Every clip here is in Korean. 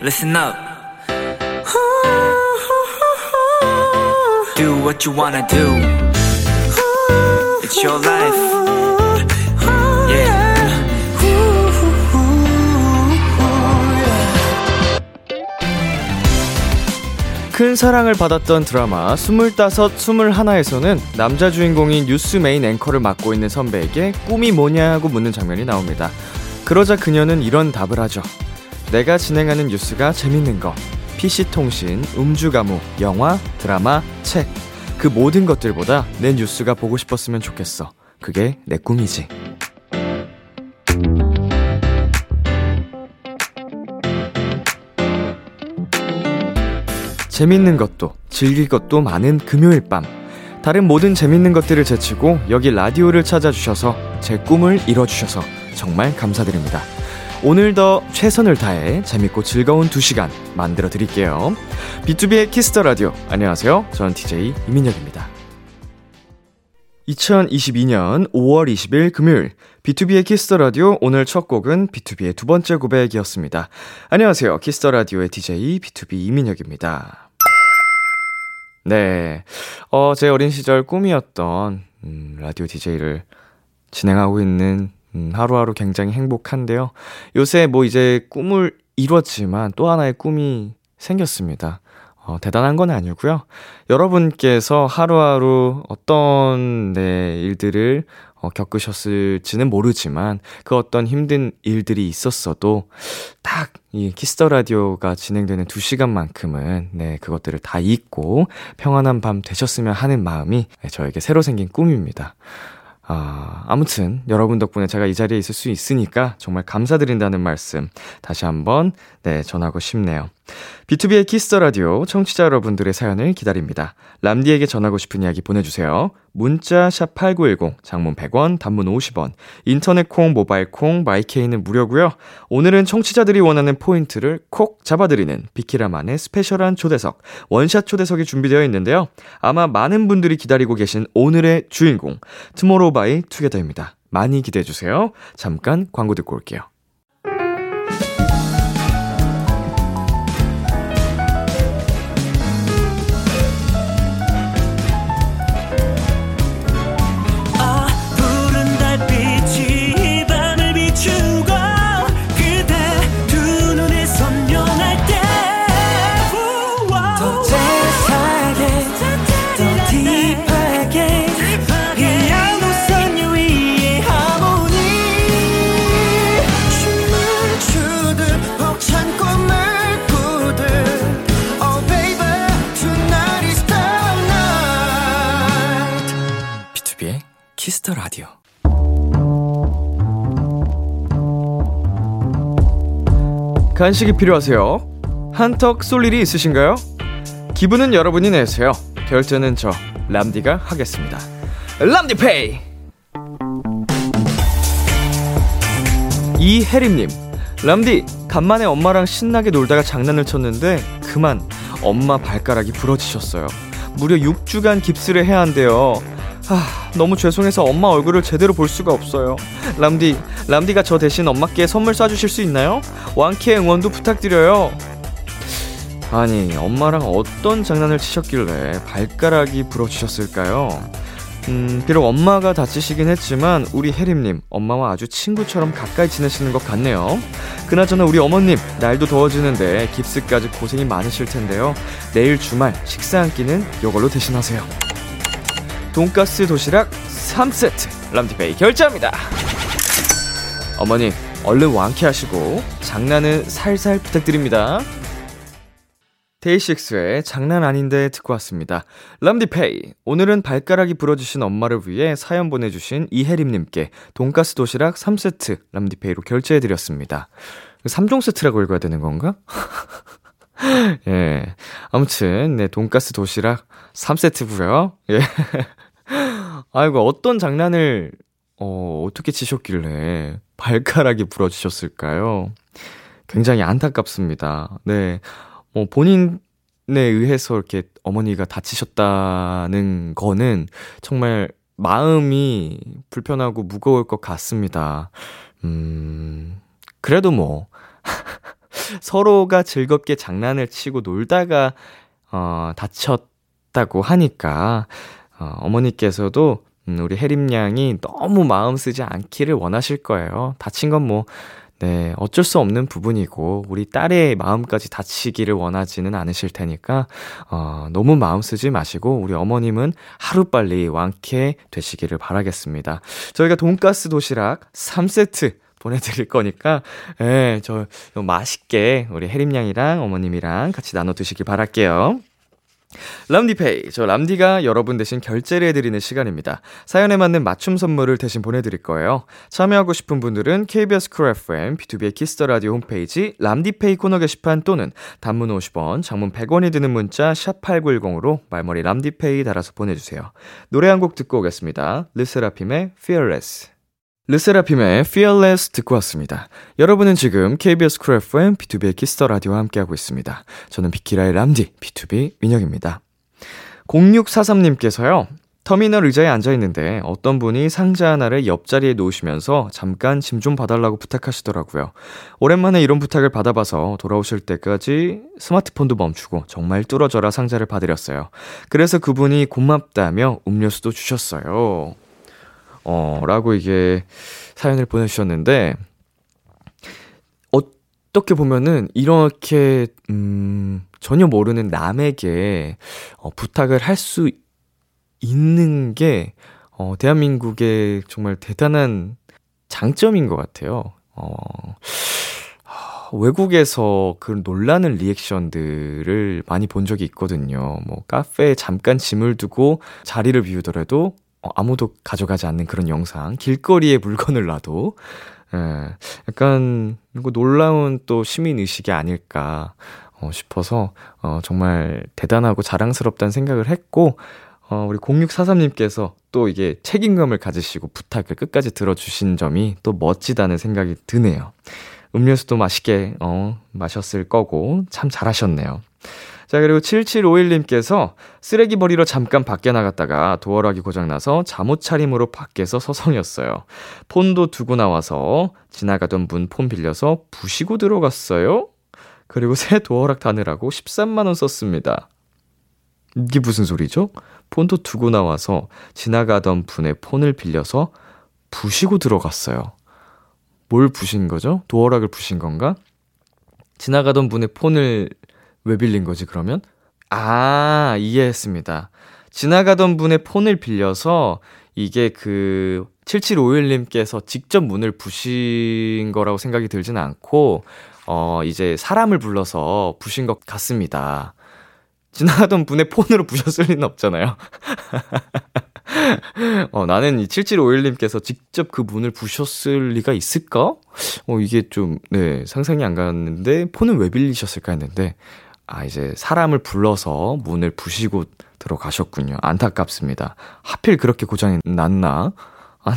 listen up. Do what you wanna do. It's your life. Yeah. 큰 사랑을 받았던 드라마 25, 21에서는 남자 주인공이 뉴스 메인 앵커를 맡고 있는 선배에게 꿈이 뭐냐고 묻는 장면이 나옵니다. 그러자 그녀는 이런 답을 하죠. 내가 진행하는 뉴스가 재밌는 거. PC통신, 음주가무, 영화, 드라마, 책. 그 모든 것들보다 내 뉴스가 보고 싶었으면 좋겠어. 그게 내 꿈이지. 재밌는 것도 즐길 것도 많은 금요일 밤 다른 모든 재밌는 것들을 제치고 여기 라디오를 찾아주셔서 제 꿈을 이뤄주셔서 정말 감사드립니다 오늘도 최선을 다해 재밌고 즐거운 2시간 만들어 드릴게요 B2B의 키스터 라디오 안녕하세요 저는 DJ 이민혁입니다 2022년 5월 20일 금요일 B2B의 키스터 라디오 오늘 첫 곡은 B2B의 두 번째 고백이었습니다. 안녕하세요. 키스터 라디오의 DJ B2B 이민혁입니다. 네. 어, 제 어린 시절 꿈이었던 음, 라디오 DJ를 진행하고 있는 음, 하루하루 굉장히 행복한데요. 요새 뭐 이제 꿈을 이뤘지만 또 하나의 꿈이 생겼습니다. 어, 대단한 건 아니고요. 여러분께서 하루하루 어떤 네, 일들을 어, 겪으셨을지는 모르지만 그 어떤 힘든 일들이 있었어도 딱 이 키스터 라디오가 진행되는 2시간만큼은 네, 그것들을 다 잊고 평안한 밤 되셨으면 하는 마음이 네, 저에게 새로 생긴 꿈입니다. 아, 아무튼 여러분 덕분에 제가 이 자리에 있을 수 있으니까 정말 감사드린다는 말씀 다시 한번 네, 전하고 싶네요. B2B의 키스터 라디오 청취자 여러분들의 사연을 기다립니다. 람디에게 전하고 싶은 이야기 보내 주세요. 문자 샵 8910 장문 100원, 단문 50원. 인터넷 콩, 모바일 콩, 마이케이는 무료고요. 오늘은 청취자들이 원하는 포인트를 콕 잡아 드리는 비키라만의 스페셜한 초대석, 원샷 초대석이 준비되어 있는데요. 아마 많은 분들이 기다리고 계신 오늘의 주인공, 투모로우바이 투게더입니다. 많이 기대해 주세요. 잠깐 광고 듣고 올게요. 아 푸른 달빛이 이 밤을 비추고 그대 두 눈이 선명할 때더 재밌하게 더 딥하게 이 양도선 유위의 하모니 춤을 추듯 벅찬 꿈을 꾸듯 Oh baby tonight is the night B2B의 키스터 라디오. 간식이 필요하세요? 한턱 쏠 일이 있으신가요? 기분은 여러분이 내세요. 결제는 저 람디가 하겠습니다. 람디페이. 이혜림님, 람디 간만에 엄마랑 신나게 놀다가 장난을 쳤는데 그만 엄마 발가락이 부러지셨어요. 무려 6주간 깁스를 해야 한대요. 아, 너무 죄송해서 엄마 얼굴을 제대로 볼 수가 없어요. 람디, 람디가 저 대신 엄마께 선물 쏴주실 수 있나요? 왕키의 응원도 부탁드려요. 아니, 엄마랑 어떤 장난을 치셨길래 발가락이 부러지셨을까요? 음, 비록 엄마가 다치시긴 했지만 우리 혜림님 엄마와 아주 친구처럼 가까이 지내시는 것 같네요. 그나저나 우리 어머님 날도 더워지는데 깁스까지 고생이 많으실 텐데요. 내일 주말 식사 한 끼는 요걸로 대신하세요. 돈가스 도시락 3세트 람디페이 결제합니다. 어머니 얼른 완쾌하시고 장난은 살살 부탁드립니다. 데이식스의 장난 아닌데 듣고 왔습니다. 람디페이. 오늘은 발가락이 부러지신 엄마를 위해 사연 보내주신 이혜림님께 돈가스 도시락 3세트 람디페이로 결제해드렸습니다. 3종 세트라고 읽어야 되는 건가? 예. 아무튼, 네, 돈가스 도시락 3세트고요 예. 아이고, 어떤 장난을, 어, 어떻게 치셨길래 발가락이 부러지셨을까요? 굉장히 안타깝습니다. 네. 뭐, 본인에 의해서 이렇게 어머니가 다치셨다는 거는 정말 마음이 불편하고 무거울 것 같습니다. 음, 그래도 뭐, 서로가 즐겁게 장난을 치고 놀다가 어, 다쳤다고 하니까 어, 어머니께서도 음, 우리 혜림 양이 너무 마음 쓰지 않기를 원하실 거예요. 다친 건 뭐, 네, 어쩔 수 없는 부분이고, 우리 딸의 마음까지 다치기를 원하지는 않으실 테니까, 어, 너무 마음 쓰지 마시고, 우리 어머님은 하루빨리 완쾌 되시기를 바라겠습니다. 저희가 돈가스 도시락 3세트 보내드릴 거니까, 예, 저, 너무 맛있게 우리 혜림 양이랑 어머님이랑 같이 나눠 드시길 바랄게요. 람디페이 저 람디가 여러분 대신 결제를 해드리는 시간입니다 사연에 맞는 맞춤 선물을 대신 보내드릴 거예요 참여하고 싶은 분들은 KBS 쿨 FM B2B의 키스터라디오 홈페이지 람디페이 코너 게시판 또는 단문 50원 장문 100원이 드는 문자 샵8910으로 말머리 람디페이 달아서 보내주세요 노래 한 곡 듣고 오겠습니다 르세라핌의 Fearless 르세라핌의 Fearless 듣고 왔습니다. 여러분은 지금 KBS 쿨 FM B2B의 키스터 라디오와 함께하고 있습니다. 저는 비키라의 람디 B2B 민혁입니다. 0643님께서요. 터미널 의자에 앉아 있는데 어떤 분이 상자 하나를 옆자리에 놓으시면서 잠깐 짐 좀 봐달라고 부탁하시더라고요. 오랜만에 이런 부탁을 받아봐서 돌아오실 때까지 스마트폰도 멈추고 정말 뚫어져라 상자를 봐드렸어요. 그래서 그분이 고맙다며 음료수도 주셨어요. 어, 라고 이게 사연을 보내주셨는데, 어떻게 보면은 이렇게, 음, 전혀 모르는 남에게 어, 부탁을 할 수 있는 게, 어, 대한민국의 정말 대단한 장점인 것 같아요. 어, 하, 외국에서 그런 놀라는 리액션들을 많이 본 적이 있거든요. 뭐, 카페에 잠깐 짐을 두고 자리를 비우더라도 어, 아무도 가져가지 않는 그런 영상, 길거리에 물건을 놔도, 예, 약간, 이거 놀라운 또 시민의식이 아닐까 어, 싶어서, 어, 정말 대단하고 자랑스럽다는 생각을 했고, 어, 우리 0643님께서 또 이게 책임감을 가지시고 부탁을 끝까지 들어주신 점이 또 멋지다는 생각이 드네요. 음료수도 맛있게, 어, 마셨을 거고, 참 잘하셨네요. 자, 그리고 7751님께서 쓰레기 버리러 잠깐 밖에 나갔다가 도어락이 고장나서 잠옷차림으로 밖에서 서성였어요. 폰도 두고 나와서 지나가던 문 폰 빌려서 부시고 들어갔어요. 그리고 새 도어락 다느라고 13만원 썼습니다. 이게 무슨 소리죠? 폰도 두고 나와서 지나가던 분의 폰을 빌려서 부시고 들어갔어요. 뭘 부신 거죠? 도어락을 부신 건가? 지나가던 분의 폰을 왜 빌린 거지 그러면? 아 이해했습니다. 지나가던 분의 폰을 빌려서 이게 그 7751님께서 직접 문을 부신 거라고 생각이 들진 않고 어 이제 사람을 불러서 부신 것 같습니다. 지나가던 분의 폰으로 부셨을 리는 없잖아요. 어, 나는 이 7751님께서 직접 그 문을 부셨을 리가 있을까? 어, 이게 좀, 네, 상상이 안 갔는데, 폰은 왜 빌리셨을까 했는데, 아, 이제 사람을 불러서 문을 부시고 들어가셨군요. 안타깝습니다. 하필 그렇게 고장이 났나? 아,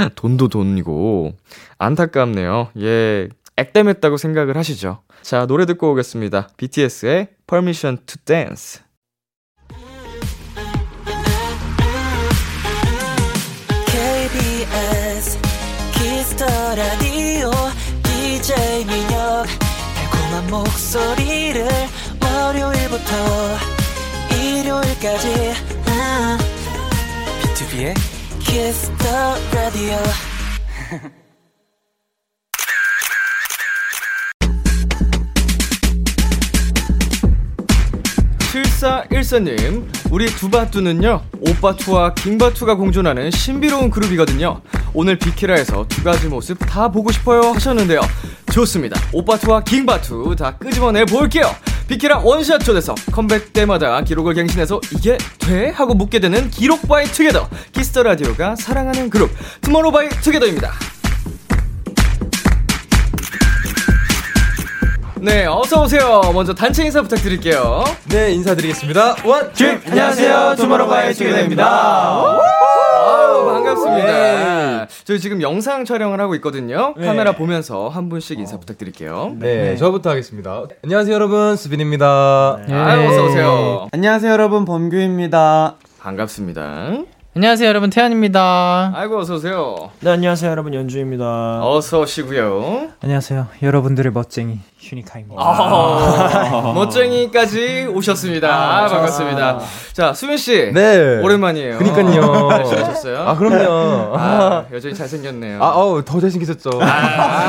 돈도 돈이고, 안타깝네요. 예, 액땜했다고 생각을 하시죠. 자, 노래 듣고 오겠습니다. BTS의 Permission to Dance. KBS 키스터 라디오 DJ 민혁 달콤한 목소리를 월요일부터 일요일까지 아, B2B의 키스터 라디오 칠사 일사님, 우리 두바투는요 오빠투와 김바투가 공존하는 신비로운 그룹이거든요. 오늘 비키라에서 두 가지 모습 다 보고 싶어요 하셨는데요. 좋습니다. 오빠투와 김바투 다 끄집어내 볼게요. 비키라 원샷 초대석 컴백 때마다 기록을 갱신해서 이게 돼? 하고 묻게 되는 기록 바이 투게더 키스터 라디오가 사랑하는 그룹 투모로우 바이 투게더입니다. 네, 어서 오세요. 먼저 단체 인사 부탁드릴게요. 네 인사드리겠습니다 원 주! 네, 안녕하세요 투모로우바이 투게더입니다. 아우, 네. 반갑습니다. 저희 지금 영상 촬영을 하고 있거든요. 카메라 보면서 한 분씩 인사 부탁드릴게요. 네 저부터 하겠습니다 안녕하세요 여러분 수빈입니다 네. 아유, 어서 오세요. 안녕하세요 여러분 범규입니다. 반갑습니다. 안녕하세요 안녕하세요, 여러분. 태연입니다. 아이고 어서 오세요. 네, 안녕하세요, 여러분. 연주입니다. 어서 오시고요. 안녕하세요. 여러분들의 멋쟁이 휴니카입니다. 아, 멋쟁이까지 오셨습니다. 아, 반갑습니다. 자, 수민 씨. 네. 오랜만이에요. 그니까요. 잘 지내셨어요? 아, 그럼요. 아, 아, 여전히 잘생겼네요. 어우, 더 잘생기셨죠.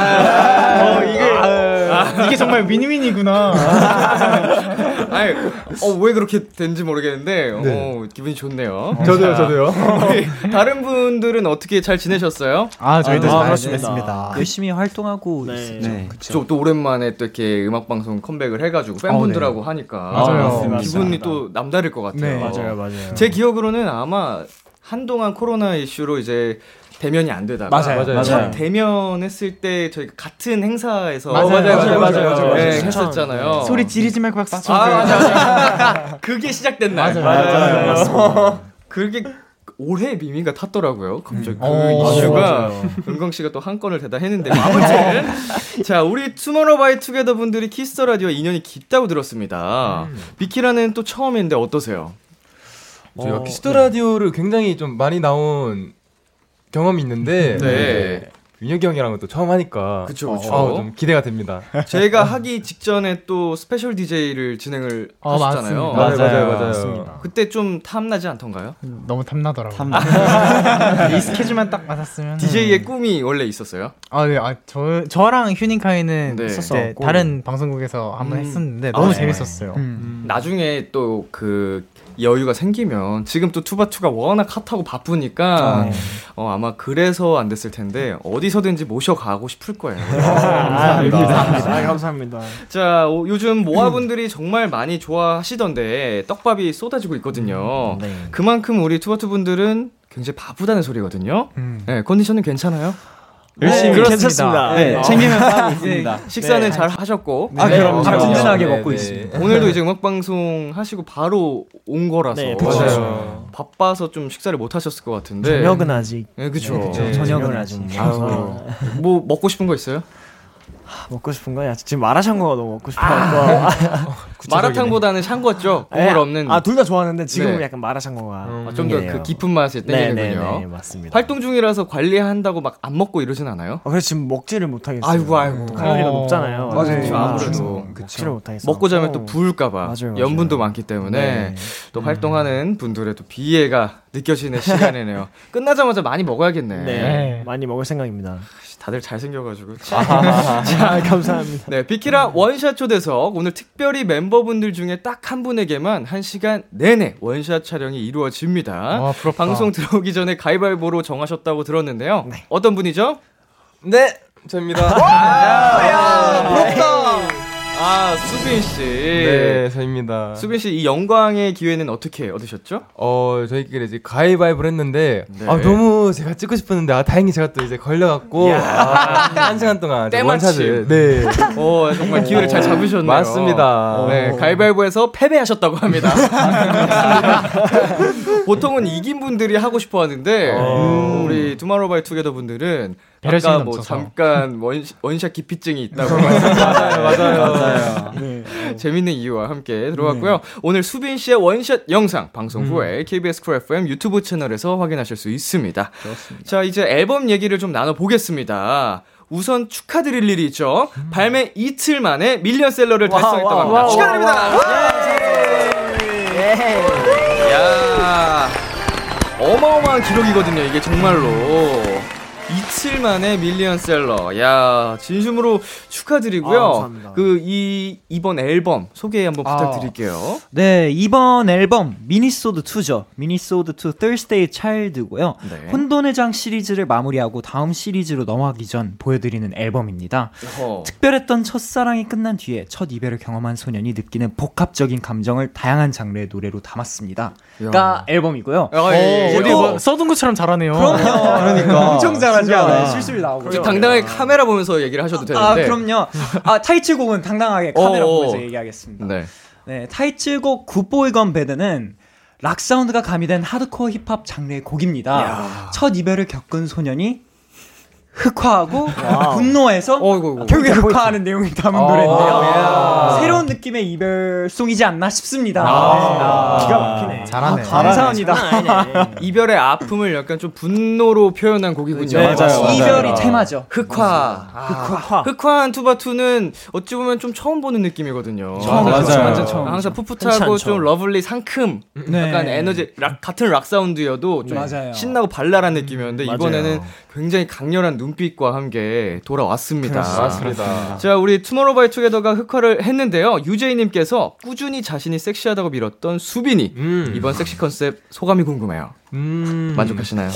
아, 이게 어, 아, 이게 정말 윈윈이구나. 아니, 어, 왜 그렇게 된지 모르겠는데, 어, 기분이 좋네요. 저도요, 저도요. 우리 다른 분들은 어떻게 잘 지내셨어요? 아, 저희도 아, 잘 그렇습니다. 지냈습니다. 열심히 활동하고 있습니다. 네. 좀 또 오랜만에 또 이렇게 음악 방송 컴백을 해가지고 팬분들하고 하니까 맞아요. 어, 맞습니다. 기분이 또 남다를 것 같아요. 네, 맞아요, 맞아요. 제 기억으로는 아마 한동안 코로나 이슈로 이제 대면이 안 되다가 맞아요, 맞아요. 첫 맞아요. 대면했을 때 저희 가 같은 행사에서 맞아요, 맞아요, 맞아요, 맞아요, 맞아요. 네, 진짜. 했었잖아요. 소리 지르지 말고 박수 아 맞아 맞아. 그게 시작된 날. 맞아요. 그게 올해 미미가 탔더라고요. 갑자기 그 어, 이슈가 은광 씨가 또 한 건을 대다했는데 아무튼 자 우리 투모로우바이투게더 분들이 키스터 라디오 인연이 깊다고 들었습니다. 비키라는 또 처음인데 어떠세요? 저희가 키스트 라디오를 굉장히 좀 많이 나온 경험이 있는데 네. 윤혁이 형이랑은 또 처음 하니까 그쵸, 그쵸. 어, 좀 기대가 됩니다. 제가 하기 직전에 또 스페셜 DJ를 진행을 어, 하셨잖아요. 맞습니다. 맞아요, 맞아요, 맞아요. 맞습니다. 그때 좀 탐나지 않던가요? 너무 탐나더라고요. 이 스케줄만 딱 맞았으면. DJ의 꿈이 원래 있었어요? 아, 네. 아, 저, 저랑 휴닝카이는 네. 이제 다른 방송국에서 한번 했었는데 너무 재밌었어요. 나중에 또 그 여유가 생기면 지금 또 투바투가 워낙 핫하고 바쁘니까 어, 아마 그래서 안 됐을 텐데 어디서든지 모셔가고 싶을 거예요. 음. 감사합니다. 아, 감사합니다. 자, 오- 요즘 모아분들이 정말 많이 좋아하시던데 떡밥이 쏟아지고 있거든요. 그만큼 우리 투바투 분들은 굉장히 바쁘다는 소리거든요. 네, 컨디션은 괜찮아요? 열심히 어, 네, 괜찮습니다. 네. 어. 챙기면 빵이 있습니다. 네. 식사는 잘 하셨고 네, 아, 그럼요. 바로 든든하게 네, 먹고 네. 있습니다. 오늘도 이제 음악 방송 하시고 바로 온 거라서 네, 맞아요. 그렇죠. 바빠서 좀 식사를 못 하셨을 것 같은데 저녁은 아직. 예, 그쵸. 그쵸. 네. 저녁은 아직. 네. 아유, 뭐 먹고 싶은 거 있어요? 아, 먹고 싶은 거야. 지금 마라샹궈가 너무 먹고 싶어. 아, 마라탕보다는 샹궈죠. 국물 없는 아, 둘 다 좋아하는데 지금은 네. 약간 마라샹궈가. 좀 더 그 깊은 맛을 네, 네, 땡기는군요. 네, 맞습니다. 활동 중이라서 관리한다고 막 안 먹고 이러진 않아요? 아, 그래서 지금 먹지를 못하겠어요. 아이고 아이고. 칼로리가 높잖아요. 그쵸, 아무래도 먹지를 못하겠어요. 먹고 자면 또 어. 부을까봐 맞아요, 네. 음. 맞아요. 염분도 많기 때문에 또 활동하는 분들의 또 비애가 느껴지는 시간이네요. 끝나자마자 많이 먹어야겠네. 네, 많이 먹을 생각입니다. 다들 잘생겨가지고. 아, 감사합니다. 네, 음. 비키라 원샷 초대석 오늘 특별히 멤버분들 중에 딱 한 분에게만 한 시간 내내 원샷 촬영이 이루어집니다. 아, 부럽다. 방송 들어오기 전에 가위바위보로 정하셨다고 들었는데요. 어떤 분이죠? 네, 저입니다. 아, 수빈 씨. 네, 저입니다. 수빈 씨 이 영광의 기회는 어떻게 얻으셨죠? 어, 저희끼리 이제 가위바위보를 했는데 네. 아, 너무 제가 찍고 싶었는데 아, 다행히 제가 또 이제 걸려 갖고 아, 한 시간 동안 이제 때마침. 원샷을 네. 오, 어, 정말 기회를 잘 잡으셨네요. 맞습니다. 어. 네, 가위바위보에서 패배하셨다고 합니다. 보통은 이긴 분들이 하고 싶어 하는데, 음, 우리 투마로우바이투게더 분들은 배려심이 아까 뭐 넘쳐서. 잠깐 원, 원샷 기피증이 있다고 맞아요, 맞아요, 맞아요. 네. 재밌는 이유와 함께 들어왔고요. 오늘 수빈 씨의 원샷 영상 방송 후에 KBS 쿨 FM 유튜브 채널에서 확인하실 수 있습니다. 자, 이제 앨범 얘기를 좀 나눠보겠습니다. 우선 축하드릴 일이 있죠. 발매 이틀 만에 밀리언셀러를 달성했다고 합니다. 축하드립니다. 예, 야 어마어마한 기록이거든요. 이게 정말로. 이틀 만에 밀리언셀러. 야 진심으로 아, 축하드리고요. 감사합니다. 그 이 이번 앨범 소개 한번 아. 부탁드릴게요. 네, 이번 앨범 미니소드 2죠. 미니소드 2 Thursday Child고요. 네. 혼돈의 장 시리즈를 마무리하고 다음 시리즈로 넘어가기 전 보여드리는 앨범입니다. 어. 어, 특별했던 첫사랑이 끝난 뒤에 첫 이별을 경험한 소년이 느끼는 복합적인 감정을 다양한 장르의 노래로 담았습니다. 가 앨범이고요. 어, 예, 예. 어디 뭐 써둔 것처럼 잘하네요. 그럼요. 그러니까 엄청 잘하죠. 네, 실수를 나오고. 당당하게 카메라 보면서 얘기를 하셔도 되는데. 아, 그럼요. 아, 타이틀곡은 당당하게 카메라 네. 어어. 보면서 얘기하겠습니다. 네. 네, 타이틀곡 굿보이 건 배드는 락 사운드가 가미된 하드코어 힙합 장르의 곡입니다. 첫 이별을 겪은 소년이 흑화하고 분노해서 결국에 흑화하는 내용이 담은 아, 노래인데요. 새로운 느낌의 이별송이지 않나 싶습니다. 네. 기가 막히네. 아, 잘하네. 감사합니다. 이별의 아픔을 약간 좀 분노로 표현한 곡이군요. 네, 맞아요. 맞아요. 이별이 테마죠. 흑화. 아, 흑화. 흑화한 투바투는 어찌 보면 좀 처음 보는 느낌이거든요. 처음 보죠. 맞아요. 완전 처음. 항상 풋풋하고 흔치 않죠. 좀 러블리 상큼 네. 약간 에너지 락, 같은 락 사운드여도 좀 맞아요. 신나고 발랄한 느낌이었는데 맞아요. 이번에는 굉장히 강렬한 눈빛과 함께 돌아왔습니다. 맞습니다. 자, 우리 투모로우바이투게더가 흑화를 했는데요. 유재희님께서 꾸준히 자신이 섹시하다고 밀었던 수빈이 음. 이번 섹시 컨셉 소감이 궁금해요. 음. 네, 만족하시나요?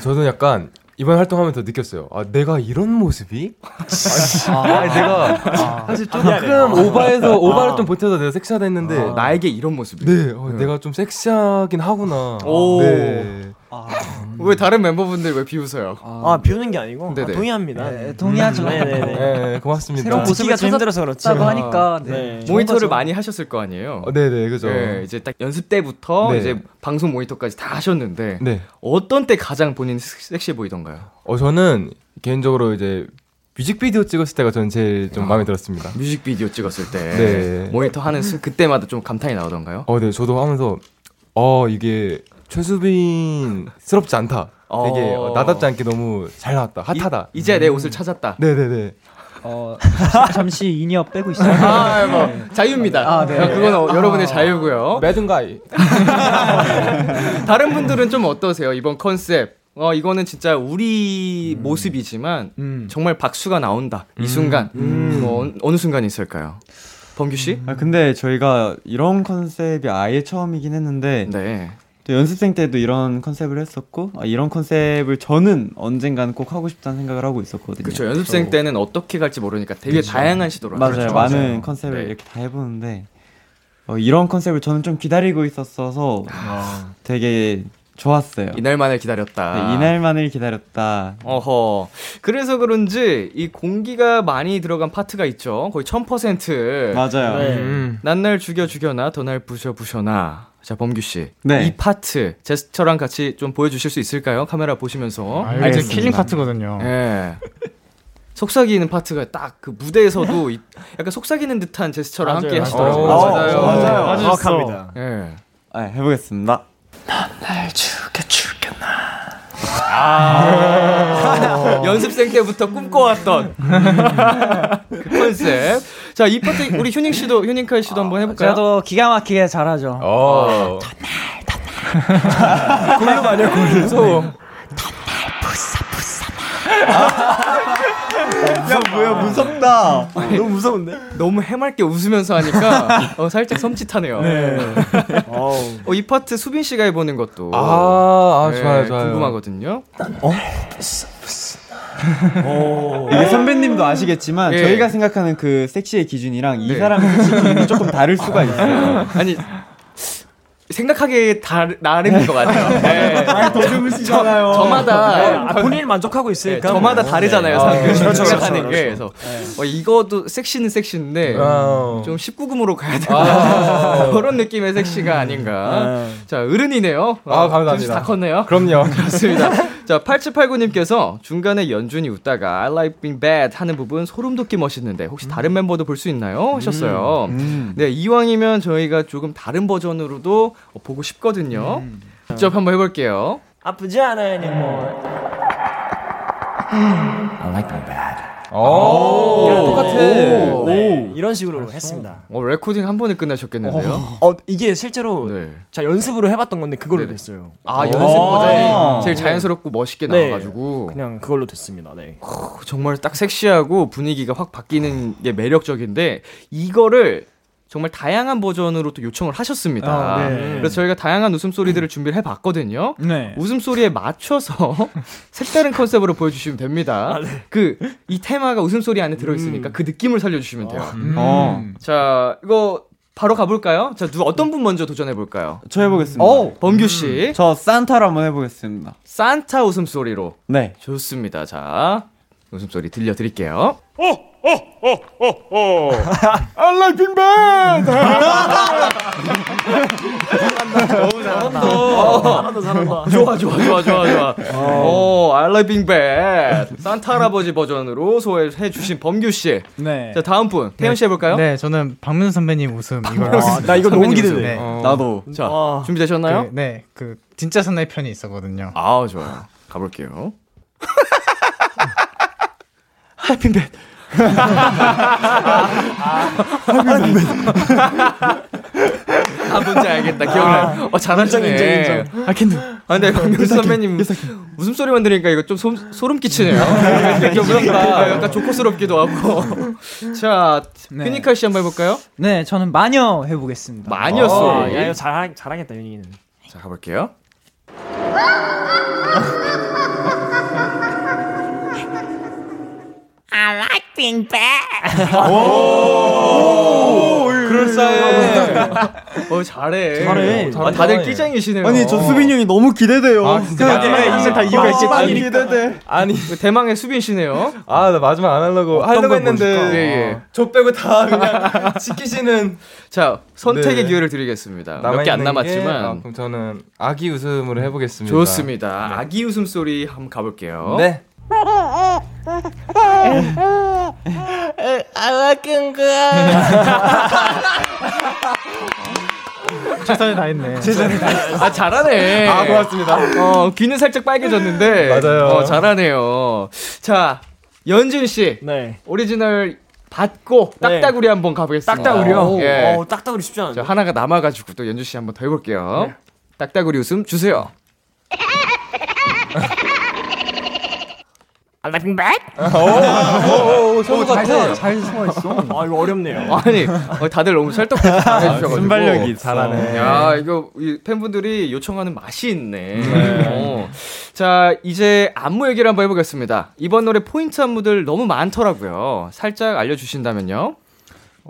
저는 약간 이번 활동하면서 느꼈어요. 아 내가 이런 모습이? 아, 아니, 내가 사실 조금 아. 오바해서 오바를 좀 보태서 내가 섹시하다 했는데 어, 나에게 이런 모습이. 네, 어, 내가 좀 섹시하긴 하구나. 오. 네. 왜 다른 멤버분들 왜 비웃어요? 아 비우는 게 아니고 네네. 아, 동의합니다. 네, 동의하죠. 네네네. 네, 네, 고맙습니다. 새로운 모습- 듣기가 좀 찾았- 힘들어서 그렇지. 라고 하니까 네. 네. 모니터를 많이 하셨을 거 아니에요? 어, 네, 네, 그죠. 네, 이제 딱 연습 때부터 네. 이제 방송 모니터까지 다 하셨는데 네. 어떤 때 가장 본인 섹시해 보이던가요? 어 저는 개인적으로 이제 뮤직비디오 찍었을 때가 저는 제일 좀 마음에 들었습니다. 뮤직비디오 찍었을 때 네. 모니터 하는 순 그때마다 좀 감탄이 나오던가요? 어, 네, 저도 하면서 어 이게 최수빈스럽지 않다. 어. 되게 어, 나답지 않게 너무 잘 나왔다. 핫하다. 이, 제내 옷을 찾았다. 네, 네, 네. 어, 잠시 인이어 빼고 있어요. 아, 뭐 자유입니다. 아, 네. 그건 어, 여러분의 자유고요. 매든가이. 다른 분들은 좀 어떠세요? 이번 컨셉. 어, 이거는 진짜 우리 모습이지만 음. 정말 박수가 나온다. 이 음. 순간. 뭐, 어느- 어느 순간이 있을까요? 범규 씨? 아, 근데 저희가 이런 컨셉이 아예 처음이긴 했는데 네. 또 연습생 때도 이런 컨셉을 했었고 아, 이런 컨셉을 저는 언젠가는 꼭 하고 싶다는 생각을 하고 있었거든요. 그렇죠. 연습생 때는 어떻게 갈지 모르니까 되게 다양한 시도를 네. 맞아요. 하죠. 많은 컨셉을 네. 이렇게 다 해보는데 어, 이런 컨셉을 저는 좀 기다리고 있었어서 되게 좋았어요. 네, 아. 이날만을 아. 기다렸다. 이날만을 기다렸다. 어허. 그래서 그런지 이 공기가 많이 들어간 파트가 있죠. 거의 1000%. 맞아요. 네. 난날 죽여 죽여나 더 날 부셔 부셔나. 자, 범규 씨. 네. 이 파트 제스처랑 같이 좀 보여 주실 수 있을까요? 카메라 보시면서. 아, 이제 킬링 파트거든요. 네. 예. 속삭이는 파트가 딱 그 무대에서도 이- 약간 속삭이는 듯한 제스처랑 맞아요, 함께 맞아요. 하시더라고요. 어, 맞아요. 네, 맞아요. 맞아요. 정확합니다. 예. 아, 해보겠습니다. 아. 연습생 때부터 꿈꿔왔던 그 컨셉. 자, 이 파트 우리 휴닝 씨도 휴닝 칼 아, 씨도 한번 해볼까요? 그래도 기가 막히게 잘하죠. 어. 무서워. 뭐야 무섭다. 너무 무서운데? 너무 해맑게 웃으면서 하니까 어, 살짝 섬찟하네요. 어, 이 파트 수빈 씨가 해보는 것도 아, 아 네, 좋아요, 좋아요. 궁금하거든요. 이게 선배님도 아시겠지만 예. 저희가 생각하는 그 섹시의 기준이랑 이 네. 사람의 섹시 기준이 조금 다를 수가 있어요. 아니 생각하기에 다 나름인 것 같아요. 네. 도주무시잖아요. 저마다 네, 아, 본인이 만족하고 있으니까. 저마다 뭐. 다르잖아요. 네. 사람들이 아, 그렇죠, 그렇죠, 생각하는 게. 그렇죠. 그래서 어, 이것도 섹시는 섹시인데 아. 좀 19금으로 가야 된다. 그런 느낌의 섹시가 아닌가. 자, 어른이네요. 네. 아, 감사합니다. 글씨 다 컸네요. 그럼요. 그렇습니다. 자, 8789님께서 중간에 연준이 웃다가 I like being bad 하는 부분 소름 돋기 멋있는데 혹시 음. 다른 멤버도 볼 수 있나요? 하셨어요. 네, 이왕이면 저희가 조금 다른 버전으로도 보고 싶거든요. 음. 직접 한번 해볼게요. 아프지 않아요, 뭐. anymore. 오. 똑같아. 네, 이런 식으로 했습니다. 어, 레코딩 한 번에 끝나셨겠는데요? 어, 이게 실제로 네. 자 연습으로 해봤던 건데 그걸로 네네. 됐어요. 아, 연습 오. 버전이 제일 자연스럽고 멋있게 네. 나와가지고. 그냥 그걸로 됐습니다. 네. 어, 정말 딱 섹시하고 분위기가 확 바뀌는 게 매력적인데 이거를 정말 다양한 버전으로 또 요청을 하셨습니다. 아, 그래서 저희가 다양한 웃음소리들을 준비를 해봤거든요. 네. 웃음소리에 맞춰서 색다른 컨셉으로 보여주시면 됩니다. 아, 네. 그, 이 테마가 웃음소리 안에 들어있으니까 그 느낌을 살려주시면 아, 돼요. 음. 음. 어, 자, 이거 바로 가볼까요? 자, 누, 어떤 분 먼저 도전해볼까요? 어, 저 해보겠습니다. 음. 범규씨, 저 산타로 한번 해보겠습니다. 산타 웃음소리로. 네. 좋습니다. 자, 웃음소리 들려드릴게요. 어, 호호호호 I like Big 너무 잘한다. 잘한다, 잘한다. 좋아, 좋아, 좋아, 좋아, 좋아. 오, I like Big Bad. 산타 할아버지 버전으로 소개해주신 범규씨. 네. 자, 다음 분. 태현씨 해볼까요? 네, 저는 박민수 선배님 웃음 이거. 박민수 아, 나 이거 너무 기대돼. 어. 나도. 자, 와. 준비되셨나요? 그, 네, 그 진짜 선의 편이 있었거든요. 아, 좋아요. 가볼게요. 해피벳. 아, 뭔지 알겠다. 기억나. 요 어, 잘하시네. 아, 인정, 인정, 인정. 아, 근데. 아, 근데 박민수 선배님 웃음소리만 들으니까 이거 좀 소, 소름 끼치네요. 되게 그러니까. 무섭다. 약간 조코스럽기도 하고. 자, 네. 피니카 씨 한번 해볼까요? 네, 저는 마녀 해보겠습니다. 마녀소. 아, 야, 이거 잘 잘하겠다 윤이는. 자, 가볼게요. I like being bad. 오! 그럴싸해. 어, 잘해. 잘해. 아, 다들 잘해. 끼쟁이시네요. 아니 저 수빈이 형이 너무 기대돼요. 어. 아, 진짜. 네, 아, 아, 아니, 아니, 기대돼. 네. 아니 대망의 수빈 씨네요. 아, 나 마지막 안 하려고 하려고 했는데 어. 예, 저 빼고 다 그냥 지키시는 자 선택의 네. 기회를 드리겠습니다. 몇 개 안 남아있는 남았지만 게, 아, 그럼 저는 아기 웃음으로 해보겠습니다. 좋습니다. 아기 웃음 소리 한번 가볼게요. 네. 아, 아라끈 그. 최선을 다했네. 최선을 아 잘하네. 아, 고맙습니다. 어 귀는 살짝 빨개졌는데 맞아요. 어, 잘하네요. 자 연준 씨. 네. 네. 오리지널 받고 딱따구리 한번 가보겠습니다. 딱따구리요? 어, 딱따구리 쉽지 않은데. 하나가 남아가지고 또 연준 씨 한번 더 해볼게요. 딱따구리 웃음 주세요. I like being bad. 오, 오, 잘 서- 잘 서있어. 아 이거 어렵네요. 아니, 어, 다들 너무 찰떡같이 잘해주셔가지고. 아, 순발력이 있어. 잘하네. 야, 이거 이 팬분들이 요청하는 맛이 있네. 네. 어. 자, 이제 안무 얘기를 한번 해보겠습니다. 이번 노래 포인트 안무들 너무 많더라고요. 살짝 알려주신다면요.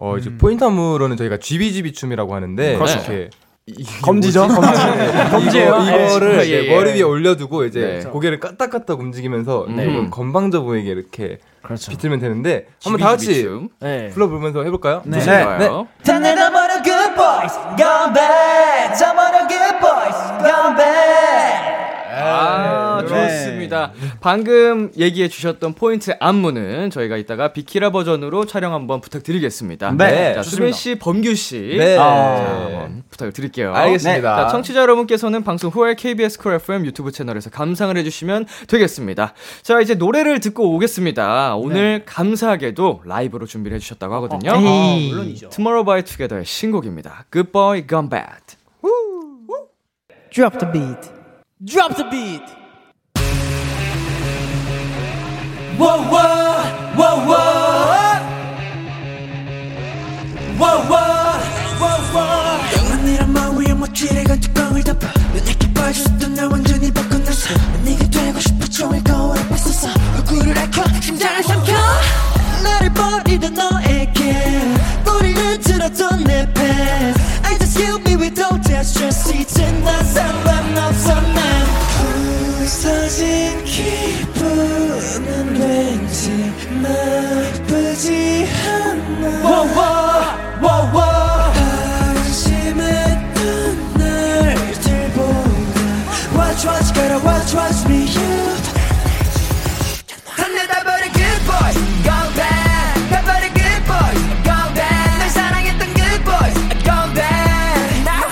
어 이제 음. 포인트 안무로는 저희가 쥐비쥐비 춤이라고 하는데 그렇죠. 이렇게 이- 이게 검지죠? 뭐지? 검지. 네. 검지예요? 이거- 네, 이거를 정말, 이제 예, 예. 머리 위에 올려두고 이제 네. 고개를 까딱까딱 움직이면서 네. 그렇죠. 조금 건방져 보이게 이렇게 그렇죠. 비틀면 되는데 한번 다 같이 쥐비쥐비 네. 불러보면서 해볼까요? 네. 좋아요. Turn up on a good boys, gone bad. Turn on a good boys, gone bad. 아, 네. 좋습니다. 방금 얘기해 주셨던 포인트 안무는 저희가 이따가 비키라 버전으로 촬영 한번 부탁드리겠습니다. 네, 자, 좋습니다. 수빈 씨, 범규 씨. 네. 자, 한번 부탁을 드릴게요. 알겠습니다. 자, 청취자 여러분께서는 방송 후에 KBS 쿨 FM 유튜브 채널에서 감상을 해주시면 되겠습니다. 자, 이제 노래를 듣고 오겠습니다. 네. 오늘 감사하게도 라이브로 준비를 해주셨다고 하거든요. 어, 에이. 아, 물론이죠. Tomorrow by Together의 신곡입니다. Goodbye, Gone Bad. Drop the beat. Drop the beat. Whoa, whoa, whoa, whoa. Whoa, whoa, whoa, whoa. 영원이란 마음 위에 멋지게 간 뚜껑을 덮어. 눈에 깊 빠졌던 나 완전히 바꿔놨어. 난 네가 되고 싶어 종일 거울 앞에 섰어. 얼굴을 앓혀 심장을 삼켜. 나를 버리던 너에게 뿌리는 들었던 내 past. I just kill me with all that stress. 이제 난 상관없어 난. 부서진 기분은 왠지 나쁘지 않아 와와와와 한심했던 날들 보면 Watch watch gotta watch watch me you 단내 다 버린 good boys gone bad 다 버린 good boys gone bad 날 사랑했던 good boys gone bad Now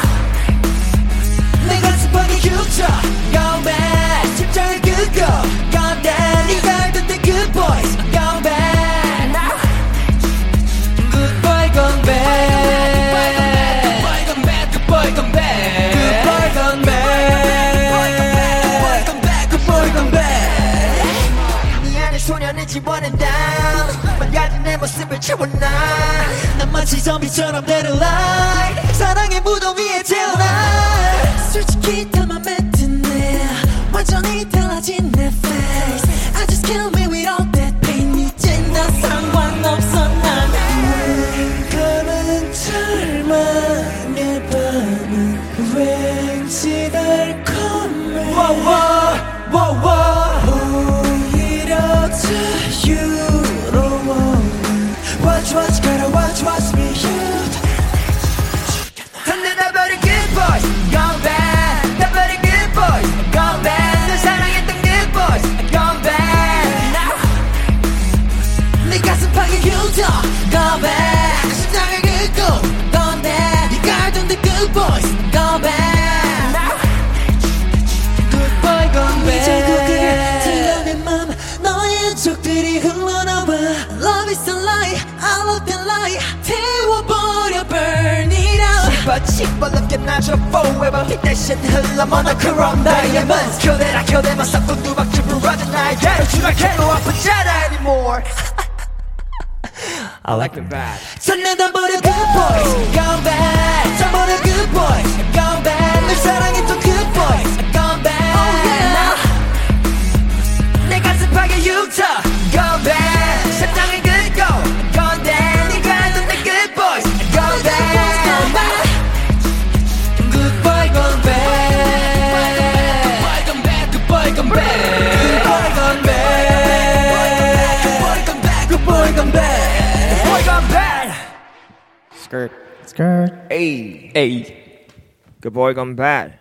내 가슴팍에 юч어 Gone bad 심장을 끄고 Gone down 네가 알던 내 good boys Gone bad Now Good boy gone bad Good boy gone bad Good boy gone bad Good boy gone bad 네 안에 소년을 집어낸 다음 망가진 내 모습을 채워놔 난 마치 좀비처럼 dead alive 사랑의 무덤 위에 태어나 솔직히 다 맘에 드네 완전히 달라진 내 face I just kill me with all that pain 이제 나 상관없어 난 가는 절망의 밤은 왠지 달콤해 오히려 자유로워 You talk, go back. 심장을 긁고 건네. 네가 알던 the good boys, go back. Good boy, go back. 이제 그게 들려 내 맘. 너의 추억들이 흘러나와. Love is a lie, I love the lie. 태워버려, burn it out. 시뻘겋게 나져 forever. 이 대신 흘러머나 그런 diamonds. 교대라 교대만 싹둑 두박질 부러진 나의 개로 추락해도 아프지 않아 anymore. I like the vibe. 설레던 버려 good boys, gone bad. 저버려 good boys, gone bad. 늘 사랑했던 good boys, gone bad. Oh yeah. 내 가슴팍에 융터, gone bad. 심장을 긁고, gone down. 네가 알던 내 good boys, gone bad. Good boy, gone bad. Good boy, gone bad. Good boy, gone bad. Good boy, gone bad. Good boy, gone bad. Good boy, gone bad. Good boy, gone bad. Skirt. Skirt. Hey. Hey. Good boy gone bad.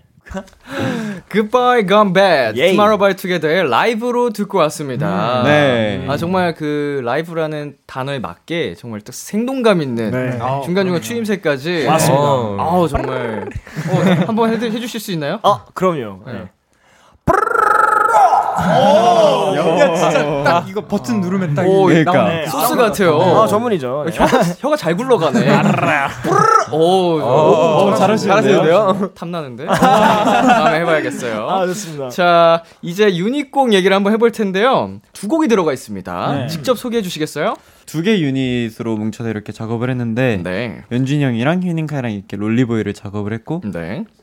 Goodbye Gone Bad Tomorrow by Together의 라이브로 듣고 왔습니다. 음, 네. 아 정말 그 라이브라는 단어에 맞게 정말 딱 생동감 있는 네. 아, 중간중간 추임새까지 맞습니다. 어, 아우 정말 어, 한번 해드, 해주실 수 있나요? 아 그럼요. 네. 오, 야, 진짜 딱 이거 버튼 누르면 딱 오, 그러니까 소스 같아요. 어, 아, 전문이죠. 네. 혀가, 혀가 잘 굴러가네. 오, 오, 오, 잘하시는데요? 잘하시는데요? 탐나는데? 다음에 해봐야겠어요. 아, 좋습니다. 자, 이제 유닛곡 얘기를 한번 해볼 텐데요. 두 곡이 들어가 있습니다. 네. 직접 소개해 주시겠어요? 두 개 유닛으로 뭉쳐서 이렇게 작업을 했는데 네. 연준이 형이랑 휴닝카이랑 이렇게 롤리보이를 작업을 했고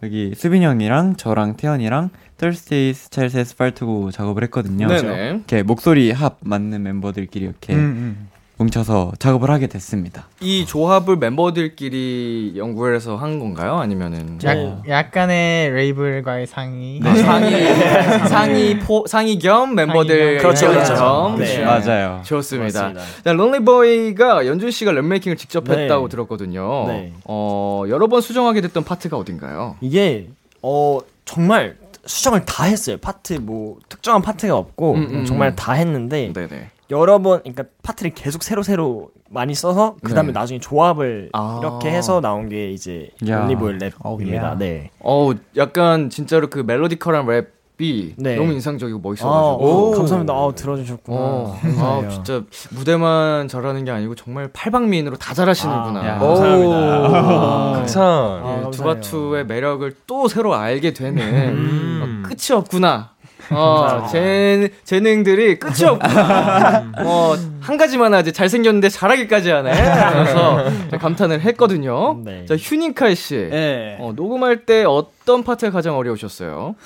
여기 수빈이 형이랑 저랑 태연이랑 Thursday Styles Asphalt고 작업을 했거든요. 네네. 이렇게 목소리 합 맞는 멤버들끼리 이렇게 음, 음. 뭉쳐서 작업을 하게 됐습니다. 이 조합을 멤버들끼리 연구를 해서 한 건가요? 아니면은 약, 약간의 레이블과의 상의. 아, 네. 상의 상의 포 상의 겸 멤버들 그렇죠, 그렇죠. 겸. 네. 맞아요. 좋습니다. 맞습니다. 자, 런리보이가 연준 씨가 랩메이킹을 직접 네. 했다고 들었거든요. 네. 어, 여러 번 수정하게 됐던 파트가 어딘가요? 이게 어 정말 수정을 다 했어요. 파트 뭐 특정한 파트가 없고 음, 음, 정말 음. 다 했는데 네네. 여러 번 그러니까 파트를 계속 새로 새로 많이 써서 그다음에 네. 나중에 조합을 아. 이렇게 해서 나온 게 이제 야. 올리브일 랩입니다. 네. 어우, 약간 진짜로 그 멜로디컬한 랩이 네. 너무 인상적이고 멋있어 아, 가지고. 오, 감사합니다. 아, 들어주셨구나. 어, 아, 감사해요. 진짜 무대만 잘하는 게 아니고 정말 팔방미인으로 다 잘하시는구나. 아, 야, 감사합니다. 오. 극찬. 예, 두바투의 매력을 또 새로 알게 되는 어, 끝이 없구나. 어, 감사합니다. 재, 재능들이 끝이 없구나. 어, 한 가지만 하지. 잘생겼는데 잘하기까지 하네. 그래서 감탄을 했거든요. 자, 휴닝칼 씨. 네. 예. 어, 녹음할 때 어떤 파트가 가장 어려우셨어요?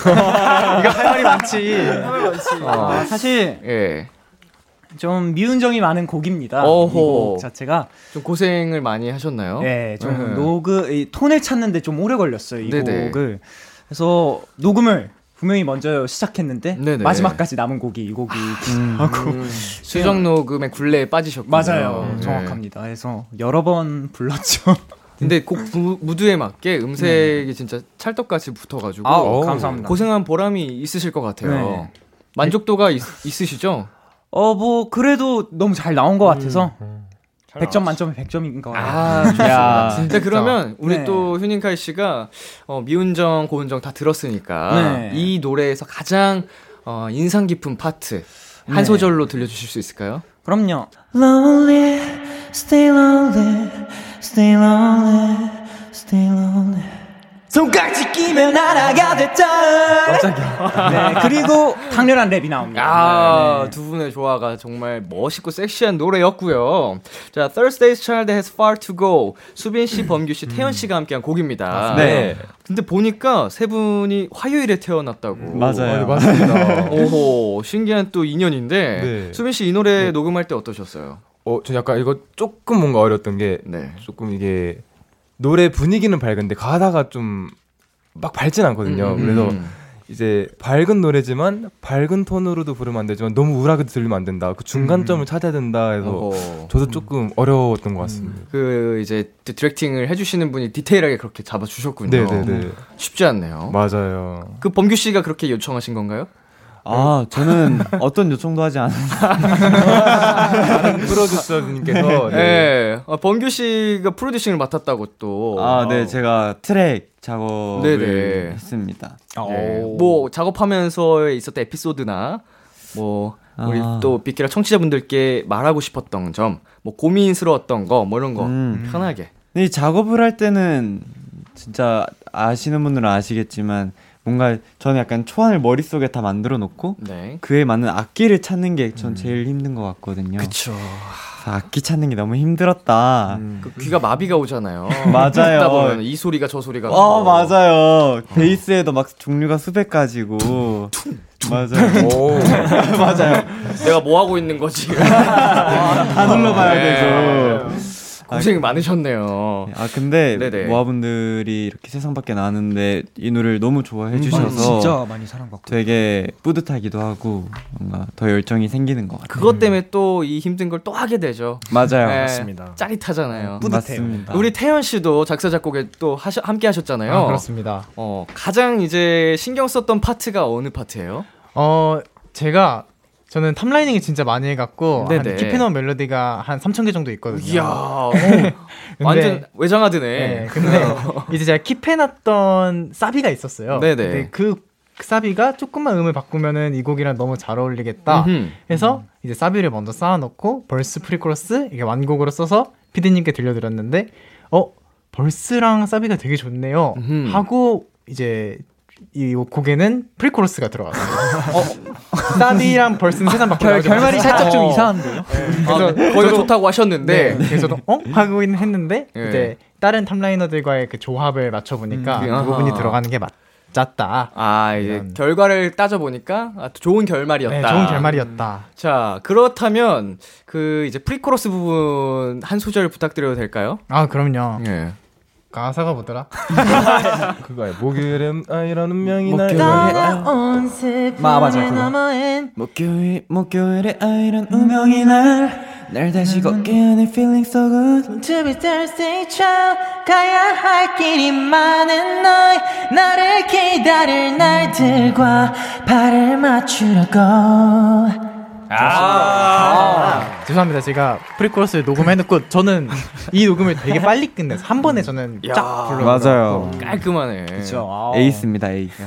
이거 할 말이 많지. 어. 아, 사실 예. 좀 미운정이 많은 곡입니다. 어허. 이 곡 자체가 좀 고생을 많이 하셨나요? 네, 좀 네. 녹음 이 톤을 찾는데 좀 오래 걸렸어요 이 네네. 곡을. 그래서 녹음을 분명히 먼저 시작했는데 네네. 아. 마지막까지 남은 곡이 이 곡이 하고 수정 녹음의 굴레에 빠지셨군요. 아, 그 맞아요, 네. 정확합니다. 그래서 여러 번 불렀죠. 근데 곡 무- 무드에 맞게 네. 음색이 진짜 찰떡같이 붙어가지고 아, 오, 감사합니다. 고생한 보람이 있으실 것 같아요. 네. 만족도가 있, 으시죠 어 뭐 그래도 너무 잘 나온 것 같아서 음, 100점 만점에 100점인 것 같아요. 네. 아, 좋습니다. 진짜 그러면 우리 또 휴닝카이 씨가 어, 미운정, 고운정 다 들었으니까 네. 이 노래에서 가장 어, 인상 깊은 파트 한 네. 소절로 들려주실 수 있을까요? 그럼요. Lonely, stay lonely, stay lonely, stay lonely. 손깍지 끼면 하나가 됐다. 네, 그리고 강렬한 랩이 나옵니다. 아, 두 분의 조화가 정말 멋있고 섹시한 노래였고요. 자, Thursday's Child Has Far to Go. 수빈 씨, 범규 씨, 태연 씨가 함께한 곡입니다. 맞습니다. 네. 근데 보니까 세 분이 화요일에 태어났다고. 맞아요. 아, 네, 맞습니다. 오호, 신기한 또 인연인데. 네. 수빈 씨 이 노래 녹음할 때 어떠셨어요? 네. 어, 전 약간 이거 조금 뭔가 어려웠던 게 조금 이게 노래 분위기는 밝은데 가사가 좀 막 밝진 않거든요. 음, 음, 그래서 음. 이제 밝은 노래지만 밝은 톤으로도 부르면 안 되지만 너무 우울하게 들리면 안 된다. 그 중간점을 찾아야 된다 해서 어허. 저도 조금 어려웠던 것 같습니다. 그 이제 디렉팅을 해주시는 분이 디테일하게 그렇게 잡아주셨군요. 네네네. 쉽지 않네요. 맞아요. 그 범규 씨가 그렇게 요청하신 건가요? 아, 저는 어떤 요청도 하지 않았어요. 다른 프로듀서님께서 네. 아, 범규 씨가 프로듀싱을 맡았다고 또. 아, 네, 제가 트랙 작업을 네네. 했습니다. 예, 뭐 작업하면서 있었던 에피소드나 뭐 우리 아. 또 빅키라 청취자분들께 말하고 싶었던 점, 뭐 고민스러웠던 거, 뭐 이런 거 음. 편하게. 근데 이 작업을 할 때는 진짜 아시는 분들은 아시겠지만 뭔가 저는 약간 초안을 머릿속에 다 만들어 놓고 네. 그에 맞는 악기를 찾는 게 전 제일 힘든 것 음. 같거든요. 그쵸. 악기 찾는 게 너무 힘들었다. 그 귀가 마비가 오잖아요. 맞아요. 듣다 보면 이 소리가 저 소리가. 어 맞아요. 베이스에도 막 종류가 수백 가지고. 맞아요. 어. 맞아요. 내가 뭐 하고 있는 거지? 다 눌러봐야 돼서. 고생 많으셨네요. 아 근데 네네. 모아분들이 이렇게 세상 밖에 나는데 이 노래를 너무 좋아해 음, 주셔서 진짜 많이 사랑받고 되게 뿌듯하기도 하고 뭔가 더 열정이 생기는 것 같아요. 그것 때문에 또 이 힘든 걸 또 하게 되죠. 네, 맞아요. 예, 맞습니다. 음, 짜릿하잖아요. 뿌듯해요. 맞습니다. 우리 태연 씨도 작사 작곡에 또 하셔, 함께 하셨잖아요. 아, 그렇습니다. 어, 가장 이제 신경 썼던 파트가 어느 파트예요? 어 제가 저는 탑라이닝을 진짜 많이 해갖고 한 네네. 키패너 멜로디가 한 3천 개 정도 있거든요. 이야, 어, 완전 외장하드네. 근데 이제 제가 킵해놨던 사비가 있었어요. 네네. 근데 그 사비가 조금만 음을 바꾸면은 이 곡이랑 너무 잘 어울리겠다. 음흠. 해서 이제 사비를 먼저 쌓아놓고 벌스 프리코러스 이게 완곡으로 써서 피디님께 들려드렸는데 어 벌스랑 사비가 되게 좋네요. 하고 이제 이 곡에는 프리코러스가 들어갔어요. 사비랑 벌스는 세상 밖에 네, 결- 나가지 결말이 못해서. 살짝 좀 어. 이상한데요? 아, 그래서 거의 저도- 좋다고 하셨는데. 네, 그래서 저도 어? 하고 있는 했는데 예. 이제 다른 탑라이너들과의 그 조합을 맞춰보니까 음, 그 부분이 아하. 들어가는 게 맞았다. 아 이제 결과를 따져보니까 아, 좋은 결말이었다. 네, 좋은 결말이었다. 자 그렇다면 그 이제 프리코러스 부분 한 소절 부탁드려도 될까요? 아 그럼요. 예. 가사가 뭐더라? 그거야. 목요일엔 아이라는 명이 목요일에 날 따라온 마, 맞아, 그거. 목요일 목요일에 아이런 운명이 날날 음. 다시 걷게 하는 feeling so good. To be Thursday child 가야 할 길이 많은 너의 나를 기다릴 날들과 발을 맞추려고 아. 죄송합니다. 제가 프리코러스를 녹음해놓고 저는 이 녹음을 되게 빨리 끝내서 한 음. 번에 저는 쫙 불러. 맞아요. 깔끔하네. 어. 에이스입니다 에이스.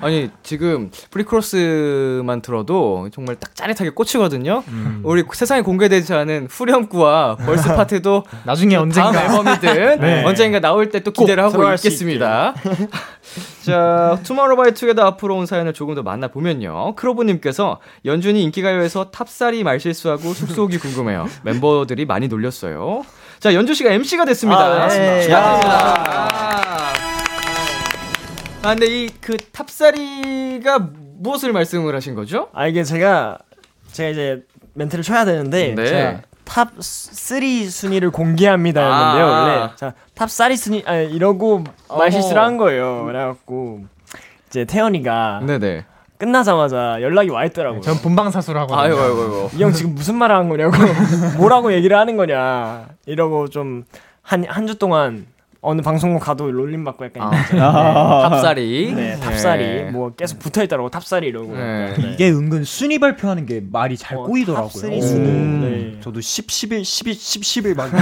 아니 지금 프리코러스만 들어도 정말 딱 짜릿하게 꽂히거든요. 음. 우리 세상에 공개되지 않은 후렴구와 벌스 파트도 나중에 언젠가. 다음 앨범이든 네. 언젠가 나올 때 또 기대를 하고 들어갈 수 있겠습니다. 자, 투모로우바이투게더 앞으로 온 사연을 조금 더 만나보면요. 크로브님께서 연준이 인기가요에서 탑사리 말실수하고 숙소기 궁금해요. 멤버들이 많이 놀렸어요. 자, 연준 씨가 MC가 됐습니다. 아, 네. 축하드립니다. 아, 근데 이 그 탑사리가 무엇을 말씀을 하신 거죠? 아 이게 제가 제가 이제 멘트를 쳐야 되는데 네. 제가 탑3 순위를 공개합니다였는데요 아. 원래 제가 탑3 순위 아 이러고 말실수를 한 거예요 그래갖고 이제 태연이가 네네 끝나자마자 연락이 와 있더라고요 전 본방사수를 하고. 아이고, 아이고, 이 형 지금 무슨 말을 한 거냐고 뭐라고 얘기를 하는 거냐 이러고 좀 한 한 주 동안 어느 방송국 가도 롤림 받고 약간 이랬잖아요. 아. 탑사리. 네 탑사리 네. 뭐 계속 붙어 있더라고 탑사리 이러고 네. 이게 은근 순위 발표하는 게 말이 잘 어, 꼬이더라고요. 어, 탑3 순위. 음. 저도 10, 11, 12, 10, 11 막.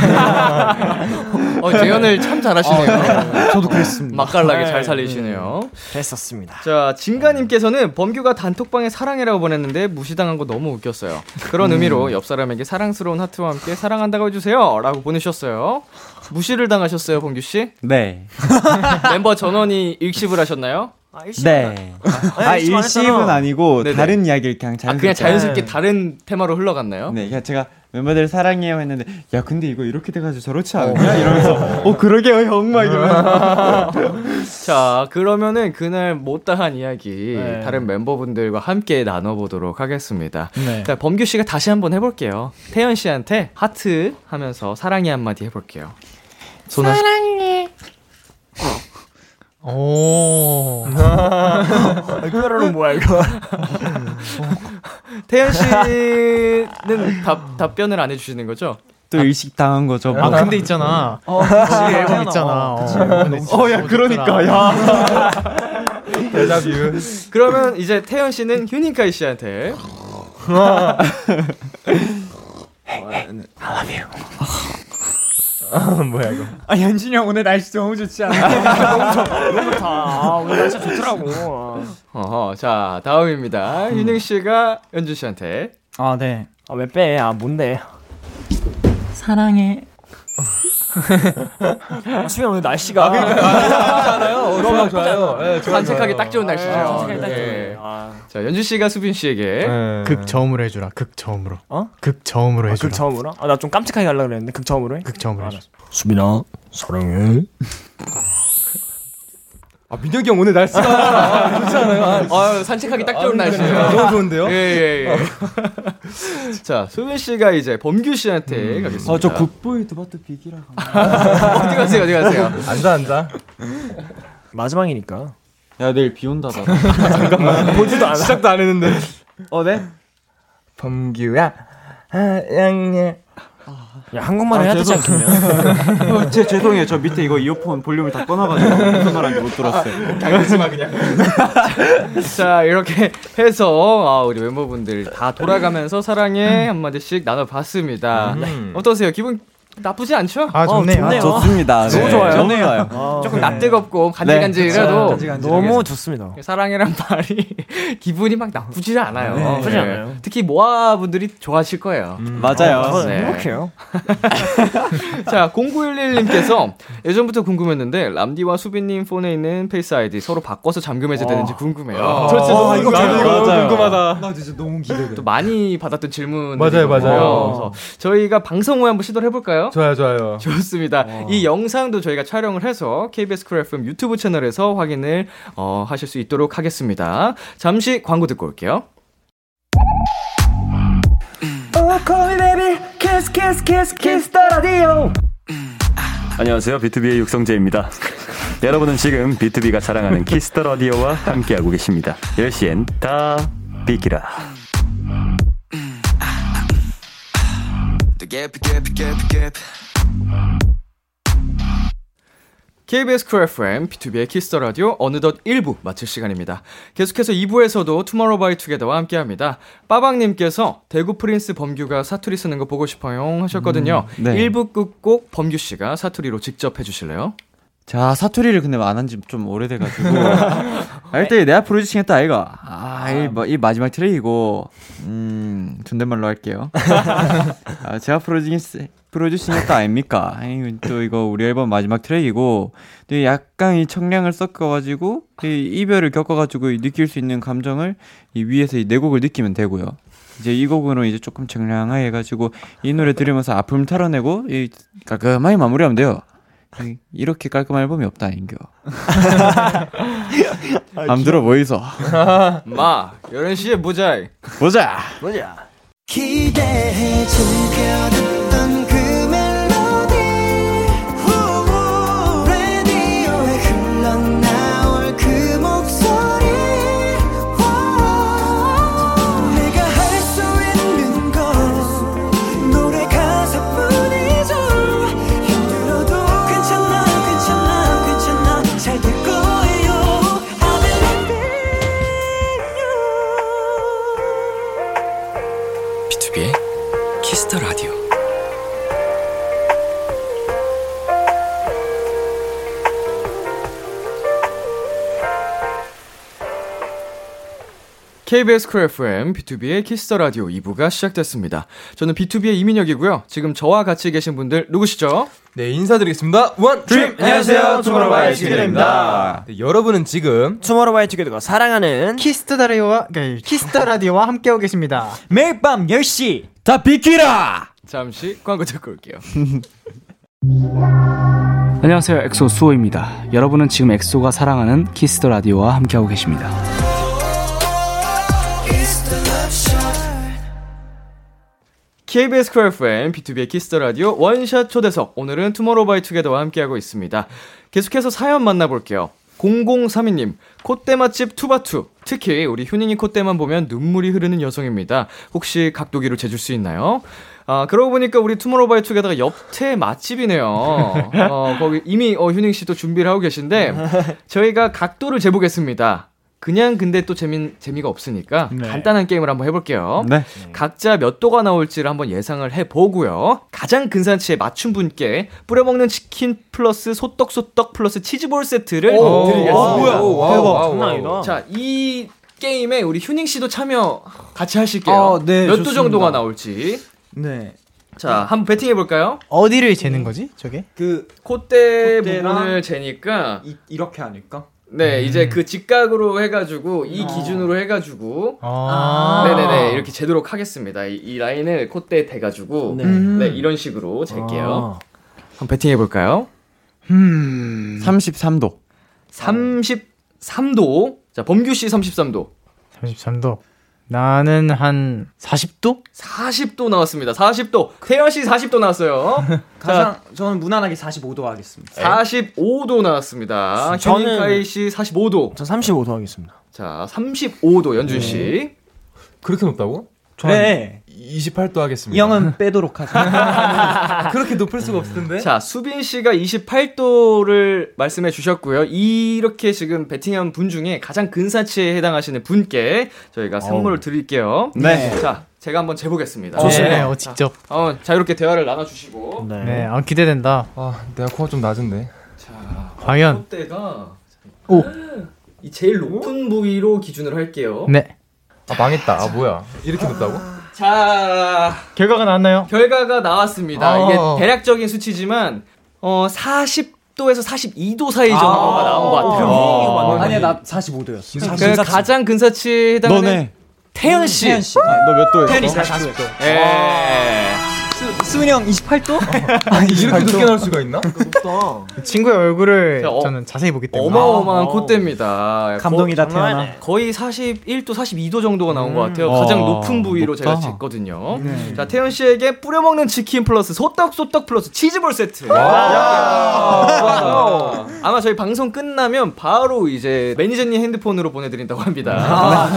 어, 재현을 참 잘하시네요. 저도 그랬습니다. 맛깔나게 잘 살리시네요. 그랬었습니다. 자, 진가님께서는 범규가 단톡방에 사랑해라고 보냈는데 무시당한 거 너무 웃겼어요. 그런 음. 의미로 옆 사람에게 사랑스러운 하트와 함께 사랑한다고 해주세요. 라고 보내셨어요. 무시를 당하셨어요, 범규씨? 네. 멤버 전원이 읽씹을 하셨나요? 네. 아니, 아 일십 안 일십은 했잖아. 아니고 네네. 다른 이야기를 그냥 자연스럽게. 아, 그냥 자연스럽게 다른 테마로 흘러갔나요? 네, 그냥 제가 멤버들 사랑해요 했는데 야 근데 이거 이렇게 돼가지고 저렇지 어. 않냐 이러면서 어 그러게요 형막 이러면서 자, 그러면은 그날 못다한 이야기 네. 다른 멤버분들과 함께 나눠보도록 하겠습니다. 네. 자, 범규 씨가 다시 한번 해볼게요. 태연 씨한테 하트 하면서 사랑해 한마디 해볼게요. 손아 씨- 사랑해 어. 오. 아, 뾰로롱 뭐야 어. 이거? 태연 씨는 답 답변을 안 해주시는 거죠? 또 일식 당한 거죠. 아, 근데 있잖아. 어, 그치, 앨범 있잖아. 어, 야, 그러니까, 야. 대자뷰. 그러면 이제 태연 씨는 휴닝카이 씨한테. I love you. 뭐야 이거. 아 연진이 형 오늘 날씨 너무 좋지 않아? 너무 좋, 너무 좋다. 아, 오늘 날씨 좋더라고. 어허, 자 다음입니다. 윤영 씨가 연준 씨한테. 아 네. 아왜 빼? 아 뭔데? 사랑해. 아, 수빈 오늘 날씨가 아, 어, 좋아요, 좋아요. 예, 좋아요, 산책하기 좋아요. 딱 좋은 날씨죠. 아, 산책하기 딱 좋은 예. 자 연준 씨가 수빈 씨에게 네. 극저음으로 해주라. 극저음으로. 어? 극저음으로 해주라. 극저음으로? 아 나 좀 깜찍하게 하려고 그랬는데 극저음으로 해? 극저음으로 해줘. 수빈아 사랑해. 아 민혁이 형 오늘 날씨가 아, 좋지 않아요? 아, 아유, 어, 산책하기 딱 좋은 아, 날씨예요. 너무 좋은데요? 어. 예예예. 자 수빈 씨가 이제 범규 씨한테 음. 가겠습니다. 아저 굿보이 두바트 빅이라. 어디 가세요? 어디 가세요? 앉아 앉아. 마지막이니까. 야 내일 비 온다 나. 잠깐만. 보지도 않아. 시작도 안 했는데. 어 네? 범규야 양양. 야 한국말 아, 해야 되지 죄송- 않겠냐? 어, 제 죄송해요. 저 밑에 이거 이어폰 볼륨을 다 꺼놔가지고 무슨 말하는지 못 들었어요. 자 이렇게 해서 아, 우리 멤버분들 다 돌아가면서 사랑해 한 마디씩 나눠봤습니다. 음. 어떠세요? 기분 나쁘지 않죠? 아 좋네요. 아, 좋습니다. 너무 네, 좋아요. 너무 좋아요. 아, 조금 납득없고 간질간질해도 너무 좋습니다. 사랑이란 말이 기분이 막 나쁘지 않아요. 네. 나쁘지 예. 않아요. 특히 모아 분들이 좋아하실 거예요. 맞아요. 어, 네. 행복해요. 자, 0911님께서 예전부터 궁금했는데 람디와 수빈님 폰에 있는 페이스 아이디 서로 바꿔서 잠금 해제되는지 궁금해요. 저 진짜 너무 궁금해요. 맞아요. 나 진짜 너무 기대돼. 또 많이 받았던 질문 맞아요, 맞아요. 그래서 저희가 방송 후에 한번 시도를 해볼까요? 좋아요, 좋아요. 좋습니다. 이 영상도 저희가 촬영을 해서 KBS 쿨 FM 유튜브 채널에서 확인을 어, 하실 수 있도록 하겠습니다. 잠시 광고 듣고 올게요. Oh, call me baby, kiss, kiss, kiss, kiss the radio. 안녕하세요. 비투비의 육성재입니다. 여러분은 지금 비투비가 자랑하는 키스터 라디오와 함께하고 계십니다. 10시엔 다 비키라. KBS 쿨 FM, B2B의 키스터 라디오 어느덧 1부 마칠 시간입니다. 계속해서 2부에서도 투모로우 바이 투게더와 함께합니다. 빠방님께서 대구 프린스 범규가 사투리 쓰는 거 보고 싶어요 하셨거든요. 음, 네. 1부 끝곡 범규 씨가 사투리로 직접 해주실래요? 자 사투리를 근데 안 한 지 좀 오래돼가지고 아, 일단 내가 프로듀싱 했다 아이가 아이 뭐, 이 마지막 트랙이고 음 존댓말로 할게요 아, 제가 프로듀싱 했- 프로듀싱 했다 아닙니까 아이, 또 이거 우리 앨범 마지막 트랙이고 또 약간 이 청량을 섞어가지고 이 이별을 겪어가지고 이 느낄 수 있는 감정을 이 위에서 이 네 곡을 느끼면 되고요 이제 이 곡으로 이제 조금 청량하게 해가지고 이 노래 들으면서 아픔 털어내고 이 깔끔하게 마무리하면 돼요 이- 이렇게 깔끔한 앨범이 없다 인교 안 들어 보이소 마, 11시에 보자. 보자 보자. 기대해 즐겨 듣던 그 멜로디 후, 라디오에 흘러나올 그 목소리 와, 내가 할 수 있는 건 노래 가사뿐이죠 힘들어도 괜찮아 괜찮아 괜찮아 잘 될 거예요 I'm in love B2B의 키스터 라디오. KBS 쿨 FM, B2B의 키스터 라디오 2부가 시작됐습니다. 저는 B2B의 이민혁이고요. 지금 저와 같이 계신 분들 누구시죠? 네, 인사드리겠습니다. 원 드림! 안녕하세요. 투모로우바이 투게더입니다. 네, 여러분은 지금 투모로우바이 투게더가 사랑하는 키스터 라디오와 그러니까 키스터 라디오와 함께하고 계십니다. 매일 밤 10시 다 비키라. 잠시 광고 듣고 올게요. 안녕하세요. 엑소 수호입니다. 여러분은 지금 엑소가 사랑하는 키스터 라디오와 함께하고 계십니다. It's the love shot KBS 쿨 FM, B2B의 키스터 라디오 원샷 초대석. 오늘은 투모로우바이투게더와 함께하고 있습니다. 계속해서 사연 만나볼게요. 0032님, 콧대 맛집 투바투. 특히 우리 효닝이 콧대만 보면 눈물이 흐르는 여성입니다. 혹시 각도기로 재줄 수 있나요? 아, 그러고 보니까 우리 투모로우바이투게더가 옆태 맛집이네요. 어, 거기 이미 어, 효닝 씨도 준비를 하고 계신데 저희가 각도를 재보겠습니다. 그냥 근데 또 재미, 재미가 없으니까 간단한 게임을 한번 해볼게요. 네. 음. 각자 몇 도가 나올지를 한번 예상을 해보고요. 가장 근사치에 맞춘 분께 뿌려먹는 치킨 플러스 소떡소떡 플러스 치즈볼 세트를 어, 오, 드리겠습니다. 오, 뭐야. 대박. 장난 아니다. 자, 이 게임에 우리 휴닝 씨도 참여 같이 하실게요. 아, 네, 몇 도 좋습니다. 정도가 나올지. 네. 자, 한번 배팅해 볼까요? 어디를 재는 거지? 저게? 그 콧대 콧대랑 부분을 재니까 이, 렇게 하니까 네, 이제 그 직각으로 해가지고 이 기준으로 해가지고 아. 네네네 이렇게 재도록 하겠습니다. 이, 이 라인을 콧대에 대가지고 네, 이런 식으로 잴게요. 아. 한번 배팅해 볼까요? 음. 33도. 33도. 자, 범규 씨 33도. 33도. 나는 한 40도? 40도 나왔습니다. 40도. 태연 씨 40도 나왔어요. 가장 자, 저는 무난하게 45도 하겠습니다. 45도 나왔습니다. 저는- 현인카이 씨 45도. 저 35도 네. 하겠습니다. 자, 35도 연준 씨. 그렇게 높다고? 저는 그래. 28도 하겠습니다. 이 형은 빼도록 하자. 그렇게 높을 수가 없을 텐데. 자, 수빈 씨가 28도를 말씀해 주셨고요. 이렇게 지금 베팅한 분 중에 가장 근사치에 해당하시는 분께 저희가 선물을 드릴게요. 어. 네. 자, 제가 한번 재보겠습니다. 좋습니다. 어, 자, 직접. 어, 자유롭게 대화를 나눠주시고. 네, 아, 기대된다. 아, 내가 코가 좀 낮은데. 과연. 콧대가 오. 이 제일 높은 부위로 기준으로 할게요. 네. 아, 망했다. 아, 뭐야. 이렇게 높다고? 자, 결과가 나왔나요? 결과가 나왔습니다. 아. 이게 대략적인 수치지만 어 40도에서 42도 사이 정도가 아. 나온 것 같아요. 어. 그럼 이거 어. 맞는 아니야, 아니야, 나 나 45도였어. 그 그러니까 가장 근사치에 해당하는 너네. 태연 씨. 태연 씨. 너몇 도였어? 태연이 40도. 예. 아. 수빈이 형 28도? 이렇게 높게 아, 나올 수가 있나? 친구의 얼굴을 어, 저는 자세히 보기 때문에. 아. 어마어마한 콧대입니다. 감동이다, 거- 장난 태연아. 아니네. 거의 41도, 42도 정도가 나온 것 같아요. 가장 와, 높은 부위로 어, 높다. 제가 쟀거든요. 자, 태연 씨에게 뿌려먹는 치킨 플러스 소떡소떡 플러스 치즈볼 세트. 와. 아마 저희 방송 끝나면 바로 이제 매니저님 핸드폰으로 보내드린다고 합니다.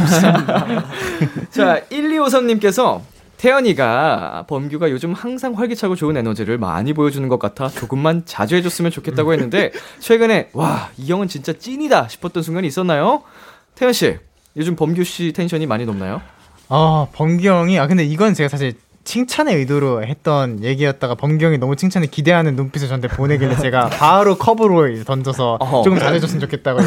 자, 1253님께서 태연이가 범규가 요즘 항상 활기차고 좋은 에너지를 많이 보여주는 것 같아 조금만 자주 해줬으면 좋겠다고 했는데 최근에 와, 이 형은 진짜 찐이다 싶었던 순간이 있었나요? 태연 씨, 요즘 범규 씨 텐션이 많이 높나요? 아, 범규 형이 아 근데 이건 제가 사실 칭찬의 의도로 했던 얘기였다가 범규 형이 너무 칭찬에 기대하는 눈빛을 저한테 보내길래 제가 바로 컵으로 이제 던져서 어허. 조금 잘해줬으면 좋겠다고.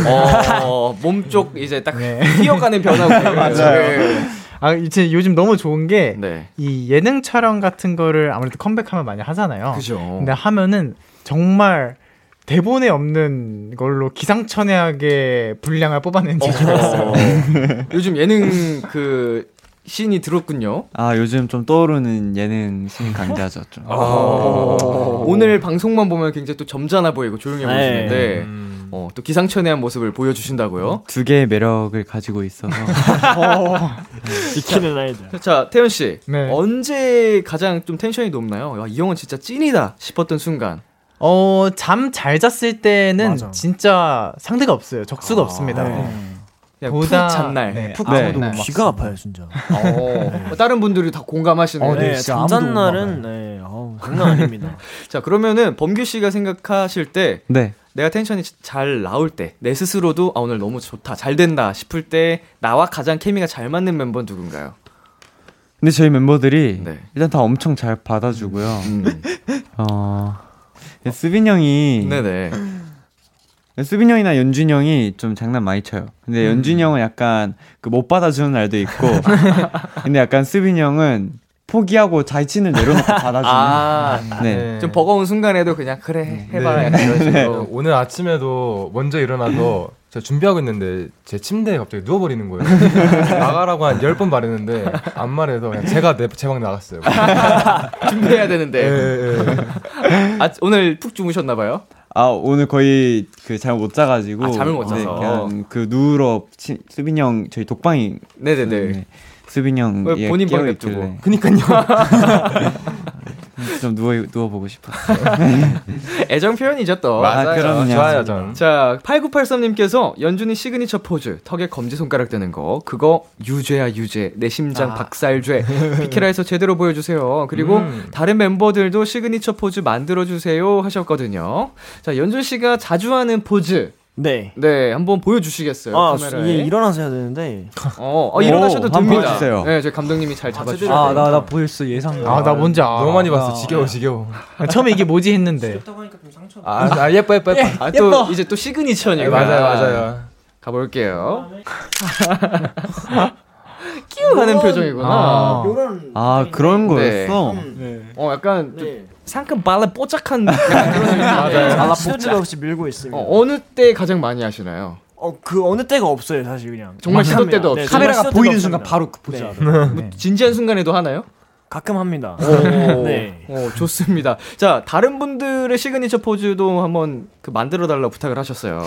어, 몸쪽 이제 딱 휘어가는 변화고 네. 맞아요. 아, 이제 요즘 너무 좋은 게 네. 이 예능 촬영 같은 거를 아무래도 컴백하면 많이 하잖아요. 그죠. 근데 하면은 정말 대본에 없는 걸로 기상천외하게 분량을 뽑아낸 재주가 있어요. 요즘 예능 그 신이 들었군요. 아, 요즘 좀 떠오르는 예능 신인 강자죠. 좀. 어, 어. 오늘 방송만 보면 굉장히 또 점잖아 보이고 조용해 네. 보이시는데 어, 또 기상천외한 모습을 보여주신다고요. 두 개의 매력을 가지고 있어서 비키는 아이들. 자, 태연 씨. 네. 언제 가장 좀 텐션이 높나요? 야, 이 형은 진짜 찐이다 싶었던 순간. 어, 잠 잘 잤을 때는 진짜 상대가 없어요. 적수가 없습니다. 네. 그냥 보다- 푹 잔날. 네, 푹 아, 잔날. 아무도 못 봤어요. 귀가 아파요, 진짜. 어, 다른 분들이 다 공감하시네요. 어, 네, 네, 진짜 아무도 잠잔날은, 공감해요. 네, 어우, 장난 아닙니다. 자, 그러면은 범규 씨가 생각하실 때 네. 내가 텐션이 잘 나올 때, 내 스스로도 아 오늘 너무 좋다, 잘 된다 싶을 때 나와 가장 케미가 잘 맞는 멤버 는 누군가요? 근데 저희 멤버들이 일단 다 엄청 잘 받아주고요. 어, 수빈 형이 네네. 수빈 형이나 연준 형이 좀 장난 많이 쳐요. 근데 음. 연준 형은 약간 그 못 받아주는 날도 있고, 근데 약간 수빈 형은 포기하고 자신을 내려놓고 받아주는. 아, 네. 음. 좀 버거운 순간에도 그냥 그래 해봐라 약간 이런 식으로. 어, 오늘 아침에도 먼저 일어나서 제가 준비하고 있는데 제 침대에 갑자기 누워버리는 거예요. 나가라고 한 10번 말했는데 안 말해서 그냥 제가 제방 나갔어요. 준비해야 되는데. 네, 아, 오늘 푹 주무셨나봐요. 아 오늘 거의 그 잠을 못 자가지고 아, 잠을 못 네, 자서. 그냥 그 누우러 치- 수빈 형 저희 독방이 네네네. 수빈 형 왜 얘가 본인 방에 깨어있길래. 냅두고. 그니깐요. 좀 누워 누워 보고 싶었어. 애정 표현이죠 또. 아, 맞아요. 그럼요. 좋아요, 저는. 자, 8983님께서 연준이 시그니처 포즈, 턱에 검지 손가락 드는 거, 그거 유죄야 유죄, 내 심장 아. 박살죄. 피케라에서 제대로 보여주세요. 그리고 음. 다른 멤버들도 시그니처 포즈 만들어 주세요 하셨거든요. 자, 연준 씨가 자주 하는 포즈 네. 네, 한번 보여주시겠어요? 아, 카메라에. 예, 일어나서 해야 되는데. 어, 어, 일어나셔도 오, 한번 됩니다. 보여주세요. 네, 저희 감독님이 잘 잡아주세요. 제대로 해야 나 보였어 예상. 아, 나 뭔지 알아. 너무 많이 봤어. 나- 지겨워, 지겨워. 아, 처음에 이게 뭐지 했는데. 아, 아, 예뻐, 예뻐, 예뻐. 아, 또 이제 또 시그니처니까. 아, 맞아요, 맞아요. 가볼게요. 끼워가는 표정이구나. 아, 아 그런 네. 거였어. 어, 약간 좀 상큼 발라 뽀짝한 약간 그런 느낌인데. 네. 맞아요. 발라 시도도 없이 밀고 있습니다. 어, 어느 때 가장 많이 하시나요? 어, 그 어느 때가 없어요, 사실 그냥. 정말 시도 때도 네, 없이 정말 시도 때도 없습니다. 네. 뭐 진지한 순간에도 하나요? 가끔 합니다. 오, 네. 오, 좋습니다. 자, 다른 분들의 시그니처 포즈도 한번 그 만들어 달라 부탁을 하셨어요.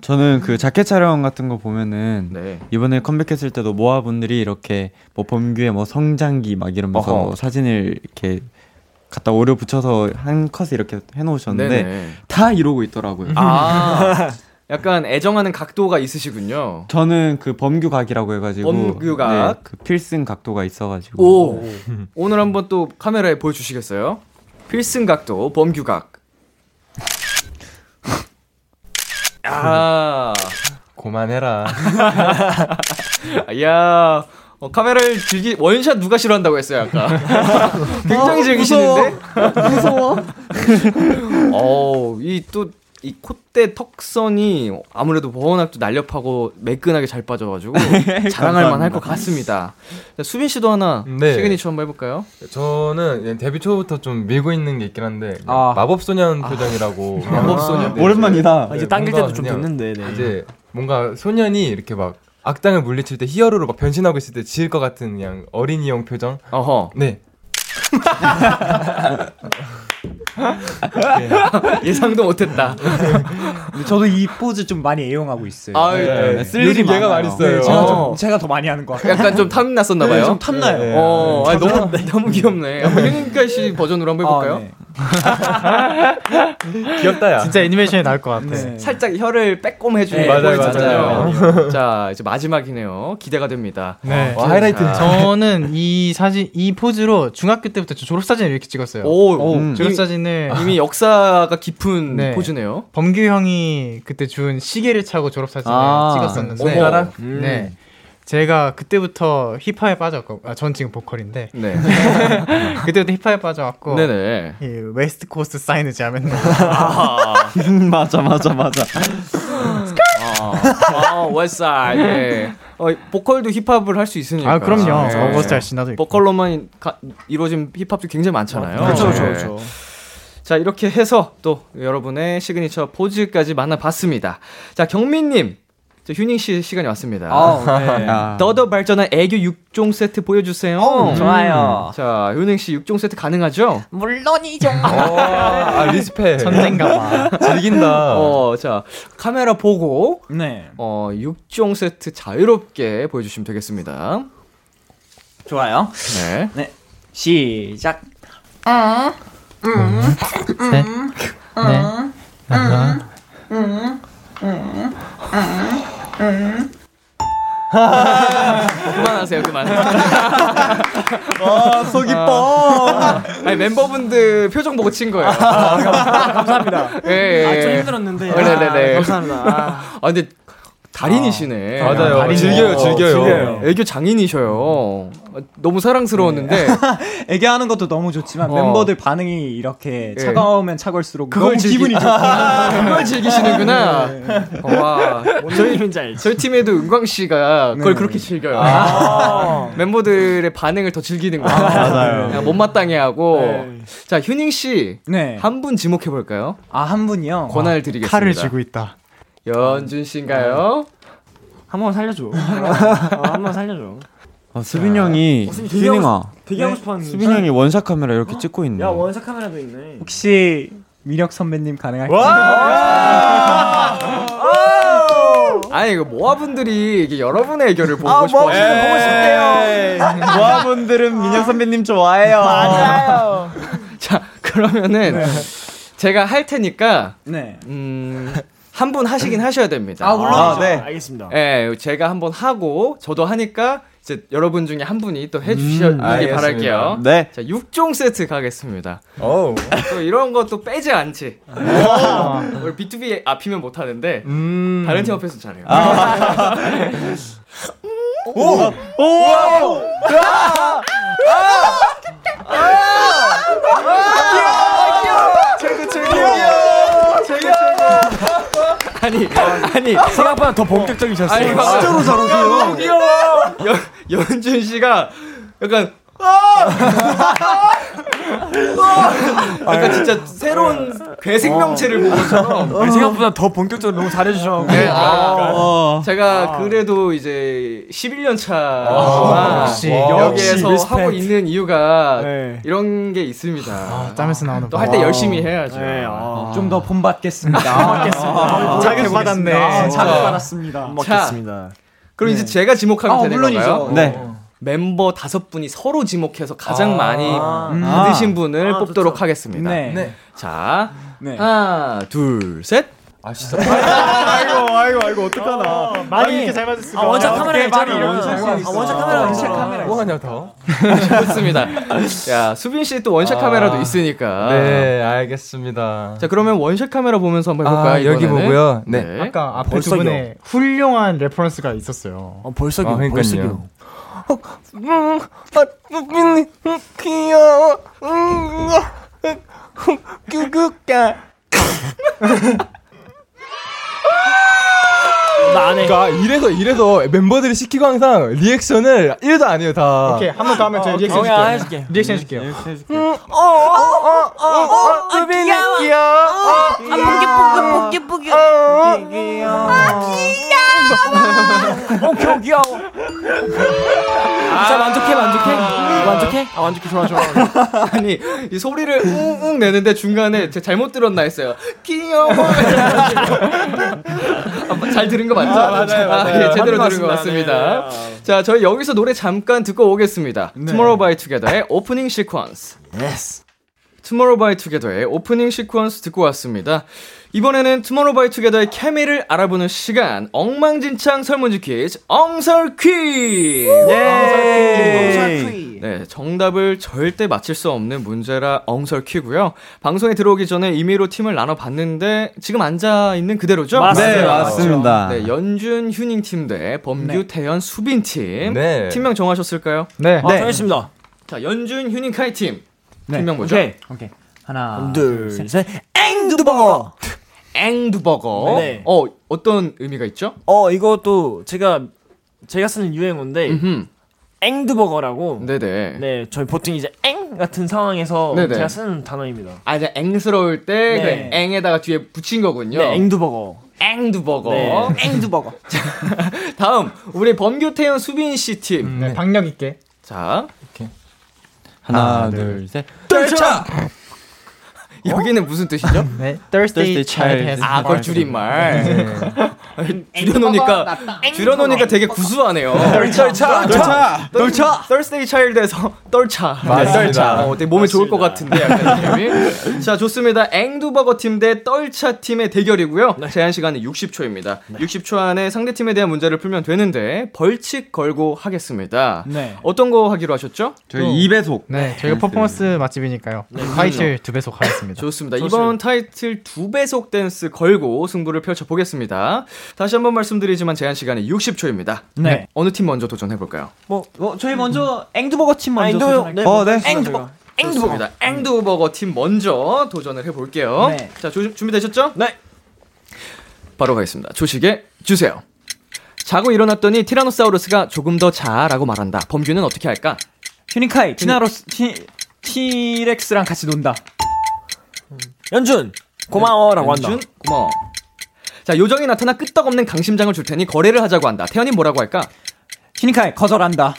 저는 그 자켓 촬영 같은 거 보면은 네. 이번에 컴백했을 때도 모아분들이 이렇게 뭐 범규의 뭐 성장기 막 이러면서 뭐 어허. 사진을 이렇게 갖다 오려 붙여서 한 컷을 이렇게 해놓으셨는데 네네. 다 이러고 있더라고요. 아, 약간 애정하는 각도가 있으시군요. 저는 그 범규 각이라고 해가지고 범규 각. 그 필승 각도가 있어가지고 오, 오늘 한번 또 카메라에 보여주시겠어요? 필승 각도, 범규 각. 아, 그만해라. 야, 어, 카메라를 즐기 원샷 누가 싫어한다고 했어요 아까. 굉장히 어, 아, 즐기시는데. 무서워. 어, 이또 이 콧대 턱선이 아무래도 워낙 또 날렵하고 매끈하게 잘 빠져가지고 자랑할 만할 네, 것 감사합니다. 같습니다. 자, 수빈 씨도 하나 네. 시그니처 한번 해볼까요? 저는 이제 데뷔 초부터 좀 밀고 있는 게 있긴 한데 마법소년 표정이라고 아, 오랜만이다. 네, 이제 당길 뭔가 때도 좀 그냥 됐는데, 네. 이제 뭔가 소년이 이렇게 막 악당을 물리칠 때 히어로로 막 변신하고 있을 때 지을 것 같은 그냥 어린이용 표정 어허 네 예상도 못했다. 근데 저도 이 포즈 좀 많이 애용하고 있어요. 아유, 네. 쓸 일이 요즘 많아요. 얘가 많이 써요. 네, 제가, 어. 좀, 제가 더 많이 하는 것 같아요. 약간 좀 탐났었나 네, 봐요. 좀 탐나요. 어, 네. 아니, 너무 너무 귀엽네. 한번 윤희가 씨 버전으로 한번 아, 해볼까요? 네. 네. 귀엽다야. 진짜 애니메이션이 나올 것 같아. 살짝 혀를 빼꼼 해주는 네, 거 맞아요, 있잖아요. 맞아요. 자 이제 마지막이네요. 기대가 됩니다. 네. 어, 자, 저는 이 사진, 이 포즈로 중학교 때부터 저 졸업사진을 이렇게 찍었어요. 오, 오, 음. 졸업사진을. 이미 역사가 깊은 네. 포즈네요. 범규 형이 그때 준 시계를 차고 졸업사진을 아, 네, 찍었었는데. 어머. 음. 나랑? 네. 제가 그때부터 힙합에 빠졌고, 아, 전 지금 보컬인데. 네. 그때부터 힙합에 빠져갖고. 네네. 그러니까. 이 웨스트 코스트 사인을 하면 맞아 맞아 맞아. 아, 월살. 네. 어, 보컬도 힙합을 할 수 있으니까. 네. 아, 그럼요. 어거스트 알씨나도 있고. 그렇죠. 보컬로만 가- 이루어진 힙합도 굉장히 많잖아요. 그렇죠, 네. 그렇죠, 그렇죠. 자, 이렇게 해서 또 여러분의 시그니처 포즈까지 만나봤습니다. 자, 경민님. 저 휴닝 씨 시간이 왔습니다. 아, 음. 네. 아. 더더 발전한 애교 6종 세트 보여주세요. 오, 어, 좋아요. 음. 자, 휴닝 씨 6종 세트 가능하죠? 물론이죠. 아, 리스펙. 천재인가 봐. 즐긴다. 어, 자, 카메라 보고. 네. 어, 6종 세트 자유롭게 보여주시면 되겠습니다. 좋아요. 네. 네. 시작. 응. 응. 네. 응. 응. 응. 응. 응. 응. 응. 그만하세요, 그만. 와, 아, 속이 뻥. 아니, 멤버분들 표정 보고 친 거예요. 아, 감사합니다. 예, 예. 아, 좀 힘들었는데. 어, 네네네. 아, 감사합니다. 아. 아, 근데 달인이시네. 아, 맞아요. 달인이에요. 즐겨요, 즐겨요. 즐겨요. 애교 장인이셔요. 아, 너무 사랑스러웠는데. 네. 애교하는 것도 너무 좋지만 어. 멤버들 반응이 이렇게 예. 차가우면 차갈수록 그걸 너무 즐기- 기분이 아, 좋다. 그걸 즐기시는구나. 네. 어, 와, 저희 저희 팀에도 은광 씨가 네. 그걸 그렇게 즐겨요. 아. 멤버들의 반응을 더 즐기는 거예요. 맞아요. 네. 그냥 못마땅해 하고. 자, 휴닝 씨. 한 분 지목해 볼까요? 네. 아, 한 분이요? 권한을 드리겠습니다. 칼을 쥐고 있다. 연준 씨인가요? 한번 살려줘. 어, 한번 살려줘. 아, 수빈 형이 어, 수빈 되게 하고 휴닝아. 싶- 되게 하고 싶었는데. 어? 수빈 형이 원샷 카메라 이렇게 찍고 있네. 야, 원샷 카메라도 있네. 혹시 민혁 선배님 와! 가능할까요? 아니 이거 모아분들이 이게 여러분의 애교를 보고 아, 싶어요. 모아분들 보고 싶대요. 예. 모아분들은 민혁 선배님 좋아해요. 네. 맞아요. 자 그러면은 제가 할 테니까 네. 음, 한 분 하시긴 하셔야 됩니다. 아, 네. 아, 물론이죠. 알겠습니다. 예, 제가 한번 하고 저도 하니까 이제 이제 여러분 중에 한 분이 또 해주시길 음, 기 알겠습니다. 바랄게요. 네. 자, 6종 세트 가겠습니다. 오. 또 이런 것도 빼지 않지. 아. 와. 우리 B2B 앞이면 못하는데, 음. 다른 팀 앞에서 잘해요. 아. 오! 오! 최고 최고 최고 최고 아니, 아니, 생각보다 더 본격적이셨어요. 진짜로 잘 오세요. 너무 귀여워. 연, 연준 씨가 약간, 아! 아! 약간 진짜 새로운 괴생명체를 보고 어. 아니, 생각보다 더 본격적으로 너무 잘해주셔. 네, 아, 제가 그래도 이제 11년 아, 어, 차 역시, 여기에서 역시. 하고 리스펙트. 네. 아, 있는 이유가 이런 게 있습니다. 짬에서 나오는 또 할 때 열심히 해야죠. 네, 좀 더 본받겠습니다. 아, 아, 자극 받았네. 진짜. 자극 받았습니다. 자, 그럼 이제 제가 지목하면 아, 되는 물론이죠. 건가요? 네. 어. 멤버 다섯 분이 서로 지목해서 가장 아. 많이 음. 받으신 아. 분을 아, 뽑도록 하겠습니다. 네. 네. 자, 네. 하나, 둘, 셋. 아, 진짜. 아이고 아이고 아이고 어떡하나 많이 이렇게 잘 맞을 수가 아, 원작 카메라 있잖아. 원작, 원작 카메라 원작 카메라 뭐가냐 더? 좋습니다. 야, 수빈 씨 또 원샷 아. 카메라도 있으니까. 네, 알겠습니다. 자, 그러면 원샷 카메라 보면서 한번 해볼까요? 아, 여기 이번에는? 보고요. 네. 아까 그러니까 앞에 두 분의 훌륭한 레퍼런스가 있었어요. 벌써기요, 아, 그러니까요. 벌써기요. 음, 아, 뽀삐니, 음, 귀여워. 음, 우와, 음, 음, 구구까. 나안 해. 그러니까 이래서 이래서 멤버들이 시키고 항상 리액션을 1도 안 해요 다. 오케이 한 번 더 하면 저 리액션 어, 야, 해줄게요. 네, 리액션 해줄게요. 음, 어, 어, 어, 어, 어, 뽀삐니, 귀여워. 귀여워. 아, 귀여워. 뽀기, 뽀기, 뽀기, 뽀기. 어, 어. 어, 귀여워, 귀여워. 자, 만족해, 만족해. 만족해? 아, 완전 좋아, 좋아. 아니, 이 소리를 웅웅 내는데 중간에 제가 잘못 들었나 했어요. 귀여워. 아, 잘 들은 거 맞죠? 아, 맞아요, 아, 맞아요. 예, 제대로 들은 맞는 것 것 같습니다. 자, 저희 여기서 노래 잠깐 듣고 오겠습니다. 네. Tomorrow by Together의 오프닝 시퀀스. Yes. Tomorrow by Together의 오프닝 시퀀스 듣고 왔습니다. 이번에는 Tomorrow by Together의 케미를 알아보는 시간 엉망진창 설문지 퀴즈 엉설 퀴즈. 예. 엉설 네, 정답을 절대 맞힐 수 없는 문제라 엉설 퀴고요. 방송에 들어오기 전에 임의로 팀을 나눠 봤는데 지금 앉아 있는 그대로죠? 맞습니다. 네, 맞습니다. 네, 연준 휴닝 팀 대 범규 태연 수빈 팀. 네. 팀명 정하셨을까요? 네. 아, 네. 정했습니다. 자, 연준 휴닝 카이 팀. 팀명 뭐죠? 네. 오케이. 오케이. 하나, 둘, 셋. 셋. 앵두버거. 앵두버거. 네. 어, 어떤 의미가 있죠? 어, 이것도 제가 제가 쓰는 유행어인데 앵드버거라고. 네네. 음. 네, 저희 보통 이제 앵 같은 상황에서 네네. 제가 쓰는 단어입니다. 아, 이제 앵스러울 때 네. 그 앵에다가 뒤에 붙인 거군요. 네, 앵두버거. 앵두버거. 네. 앵두버거. 자, 다음 우리 범규 태연 수빈 씨 팀. 네, 박력 있게. 자, 음. 하나, 둘, 셋. 떨쳐. 여기는 무슨 뜻이죠? 네, Thursday child has 아, 네. 그걸 been 줄임말. 앵두버거 줄여놓으니까 낫다. 줄여놓으니까 되게 구수하네요. 떨쳐. 떨쳐. 떨쳐. Thursday child에서 떨쳐. 맞습니다. 어, 되게 몸에 좋을 것 같은데 약간 느낌이. 자, 좋습니다. 앵두버거 팀 대 떨차 팀의 대결이고요. 제한 시간은 60초입니다. 네. 60초 안에 상대 팀에 대한 문제를 풀면 되는데 벌칙 걸고 하겠습니다. 네. 어떤 거 하기로 하셨죠? 네, 저희가 퍼포먼스 맛집이니까요. 타이틀 두 배속 하겠습니다. 좋습니다. 이번 타이틀 두 배속 댄스 걸고 승부를 펼쳐 보겠습니다. 다시 한번 말씀드리지만 제한 시간이 60초입니다. 네. 어느 팀 먼저 도전해 볼까요? 뭐, 어, 저희 먼저 앵두버거 팀 먼저. 아, 네, 도전할게요. 뭐, 앵두버거. 앵두버거입니다. 음. 앵두버거 팀 먼저 도전을 해 볼게요. 네. 자, 조, 준비되셨죠? 네. 바로 가겠습니다. 조식에 주세요. 자고 일어났더니 티라노사우루스가 조금 더 자라고 말한다. 범규는 어떻게 할까? 휴닝카이, 티나로스, 티, 티렉스랑 같이 논다. 연준 고마워라고 네. 한다. 연준, 고마워. 자, 요정이 나타나 끄떡없는 강심장을 줄 테니 거래를 하자고 한다. 태연이 뭐라고 할까? 휴닝카이, 거절한다.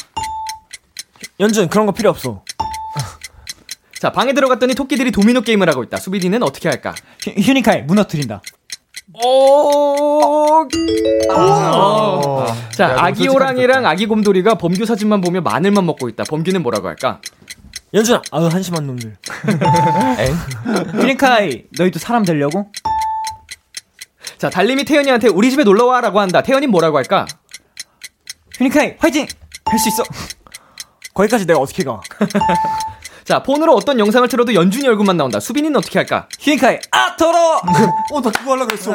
연준 그런 거 필요 없어. 자, 방에 들어갔더니 토끼들이 도미노 게임을 하고 있다. 수빈이는 어떻게 할까? 휴닝카이, 무너뜨린다. 오. 아. 오. 아. 자, 아기 호랑이랑 아기 곰돌이가 범규 사진만 보며 마늘만 먹고 있다. 범규는 뭐라고 할까? 연준아, 아유 한심한 놈들. 휴닝카이, 너희도 사람 되려고? 자, 달님이 태연이한테 우리 집에 놀러 와라고 한다. 태연이 뭐라고 할까? 휴닝카이, 화이팅! 할 수 있어. 거기까지 내가 어떻게 가? 자, 폰으로 어떤 영상을 틀어도 연준이 얼굴만 나온다. 수빈이는 어떻게 할까? 히카이 아 더러워. 어나 그거 하려고 했어.